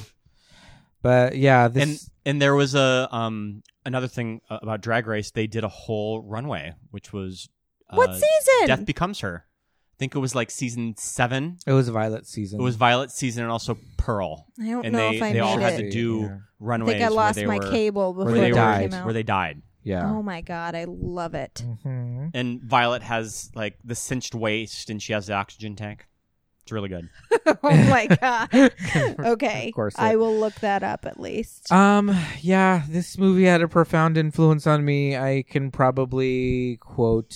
D: But yeah, this
E: and and there was a um another thing uh, about Drag Race. They did a whole runway, which was uh,
F: What season?
E: Death Becomes Her. I think it was like season seven.
D: it was Violet season.
E: It was Violet season and also Pearl.
F: I don't
E: and
F: know
E: they,
F: if I
E: they all
F: made
E: had to
D: it.
E: do
D: Yeah.
E: runways.
F: I lost
E: where they
F: my
E: were,
F: cable before
E: where they
D: it
E: were,
D: came
F: out.
E: Where they died.
D: yeah.
F: Oh my god, I love it.
D: Mhm.
E: And Violet has like the cinched waist, and she has the oxygen tank. It's really good.
F: oh my god. Okay,
D: Of course it-
F: I will look that up at least.
E: Uh,
D: Um, yeah, this movie had a profound influence on me. I can probably quote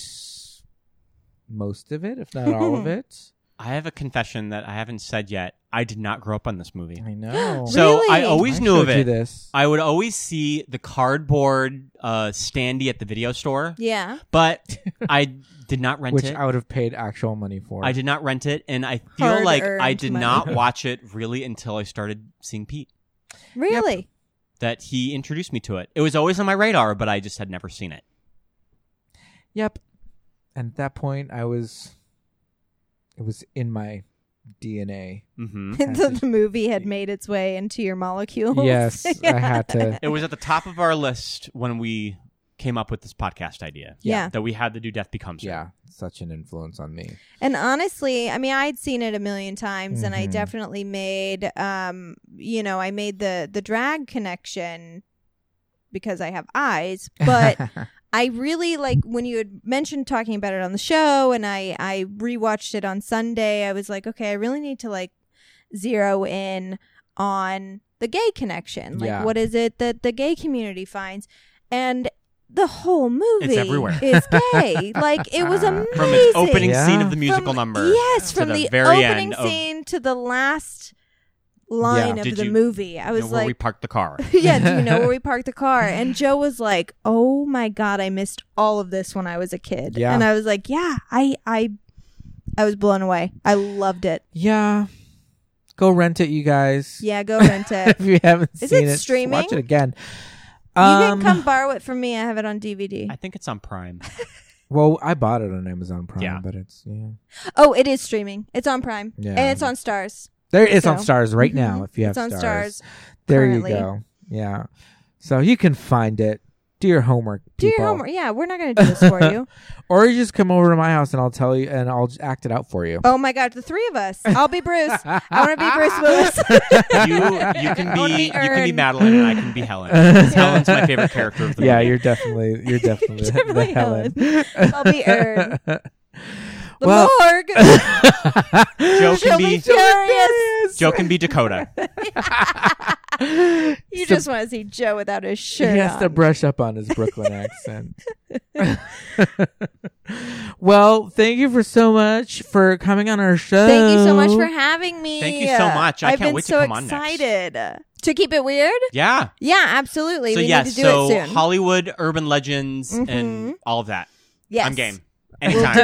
D: most of it, if not all of it.
E: I have a confession that I haven't said yet. I did not grow up on this movie.
D: I know.
E: So I
F: Really?
E: always
D: I
E: knew of
D: showed you
E: it.
D: this.
E: I would always see the cardboard uh, standee at the video store,
F: yeah,
E: but I did not rent
D: which
E: it.
D: I would have paid actual money for.
E: I did not rent it, and I feel
F: Hard
E: like I
F: earned
E: did
F: money.
E: not watch it really until I started seeing Pete.
F: really.
E: That he introduced me to it. It was always on my radar, but I just had never seen it.
D: Yep. And at that point, I was. It was in my DNA.
E: hmm
F: Until the movie had made its way into your molecules.
D: Yes, I
F: Yeah.
D: had to.
E: it was at the top of our list when we came up with this podcast idea.
F: Yeah.
E: that we had to do Death Becomes Her.
D: Yeah, such an influence on me.
F: And honestly, I mean, I'd seen it a million times, and I
E: Mm-hmm.
D: Mhm.
F: definitely made, um, you know, I made the the drag connection because I have eyes, but. I really like when you had mentioned talking about it on the show and I I rewatched it on Sunday. I was like, okay, I really need to like zero in on the gay connection. Like
D: Yeah.
F: what is it that the gay community finds? And the whole movie
E: everywhere.
F: is gay. like it was amazing.
E: From its opening
D: Yeah.
E: scene of the musical
F: From-
E: number,
F: Yes,
E: to
F: from
E: the,
F: the,
E: very end
F: opening
E: of
F: scene to the last line
D: Yeah.
F: of
E: Did
F: the
E: you
F: movie. I
E: you
F: was
E: know, where
F: like
E: we parked the car.
F: yeah, do you know where we parked the car? And Joe was like, "Oh my god, I missed all of this when I was a kid."
D: Yeah.
F: And I was like, "Yeah, I I I was blown away. I loved it.
D: yeah, go rent it, you guys.
F: Yeah, go rent it.
D: if you haven't
F: Is
D: seen
F: it
D: it,
F: streaming?
D: watch it again.
F: you
D: Um,
F: can come borrow it from me. I have it on DVD.
E: I think it's on Prime.
D: well, I bought it on Amazon Prime,
E: Yeah.
D: but it's yeah.
F: oh, it is streaming. It's on Prime.
D: Yeah.
F: And it's on Stars.
D: There it's on
F: So-
D: Stars right now.
F: Mhm.
D: If you have
F: It's on
D: stars.
F: Stars
D: there
F: currently.
D: you go. Yeah, so you can find it. Do your homework.
F: Do your
D: people.
F: homework. Yeah, we're not going to do this for you.
D: or you just come over to my house and I'll tell you and I'll just act it out for you.
F: Oh my god, the three of us. I'll be Bruce. I want to be Bruce Willis.
E: you, you can
F: Only
E: be you can be
F: earn.
E: Madeline, and I can be Helen. 'Cause Helen's my favorite character of the
D: yeah,
E: movie.
D: you're definitely you're definitely, the-
F: definitely
D: the Helen.
F: I'll be Ern. The
D: Well-
F: morgue.
E: Joe
F: She'll
E: can
F: be
E: be
F: furious.
E: Joe can be Dakota.
D: So-
F: You just want to see Joe without his
D: He
F: shirt
D: has
F: on.
D: to brush up on his Brooklyn accent. well, thank you for so much for coming on our show.
F: Thank you so much for having me.
E: Thank you so much. I
F: have
E: can't
F: been
E: wait to
F: so
E: come on next.
F: excited. To keep it weird?
E: Yeah.
F: Yeah, absolutely.
E: So
F: we
E: yeah,
F: need to do
E: so
F: it soon. Mm-hmm.
E: Hollywood, urban legends, and all of that.
F: yes.
E: I'm game.
F: We'll
E: Anytime.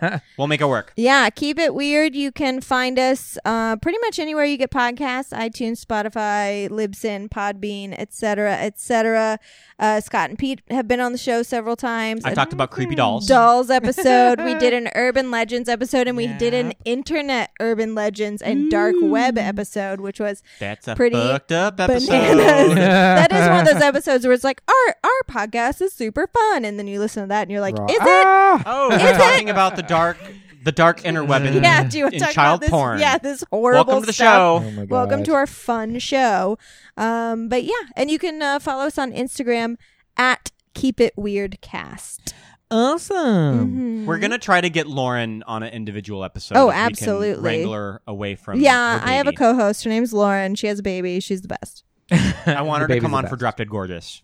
F: do it.
E: We'll make it work.
F: Yeah, keep it weird. You can find us uh, pretty much anywhere you get podcasts: iTunes, Spotify, Libsyn, Podbean, etc., etc. Uh, Scott and Pete have been on the show several times.
E: I
F: A
E: talked about creepy dolls.
F: dolls episode. we did an urban legends episode, and we did an internet urban legends
E: Mm.
F: and dark web episode, which was
E: That's a
F: Pretty
E: fucked up episode.
F: bananas. that is one of those episodes where it's like our our podcast is super fun, and then you listen to that and you're like,
D: Right.
F: is it?
D: Ah!
E: Oh, we're
F: Is it?
E: talking about the dark the dark interweb in,
F: Yeah, do you want to
E: in
F: talk
E: child
F: about this?
E: porn.
F: Yeah, this horrible
E: Welcome to the
F: stuff.
E: show.
D: Oh my
F: Welcome
D: God.
F: to our fun show. Um, but yeah, and you can uh, follow us on Instagram at Keep It Weird Cast.
D: awesome.
E: Um,
F: Mm-hmm.
E: We're gonna try to get Lauren on an individual episode. if
F: Oh,
E: we can
F: absolutely.
E: wrangle her away from.
F: Yeah,
E: her
F: I have a
E: baby.
F: co-host. Her name's Lauren. She has a baby. She's the best.
E: I want her
D: The
E: to
D: baby's
E: come
D: the
E: on for
D: best.
E: Drop Dead Gorgeous.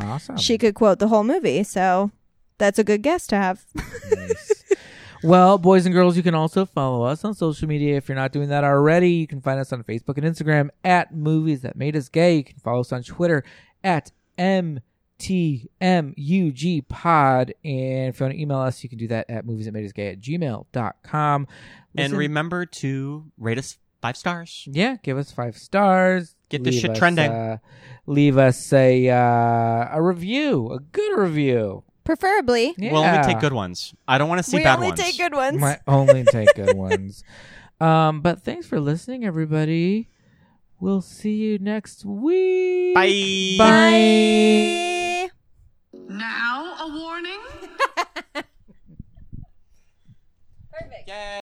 D: Awesome.
F: Mm-hmm. She could quote the whole movie, so that's a good guest to have.
D: Well, boys and girls, you can also follow us on social media if you're not doing that already. You can find us on Facebook and Instagram at Movies That Made Us Gay. You can follow us on Twitter at MTMUG Pod. And if you want to email us, you can do that at Movies That Made Us Gay at gmail.com.
E: And remember to rate us Five stars.
D: Yeah, give us five stars.
E: Get this
D: Leave
E: shit
D: us,
E: trending.
D: uh, leave us a uh, a review, a good review.
F: Preferably.
E: We'll only
D: Yeah.
E: take good ones. I don't want to see
F: we
E: bad
F: only
E: ones.
F: take good ones.
D: My only take good ones. Um, but thanks for listening, everybody. We'll see you next week.
E: Bye.
D: Bye.
E: E.
C: Now a warning?
E: Yay.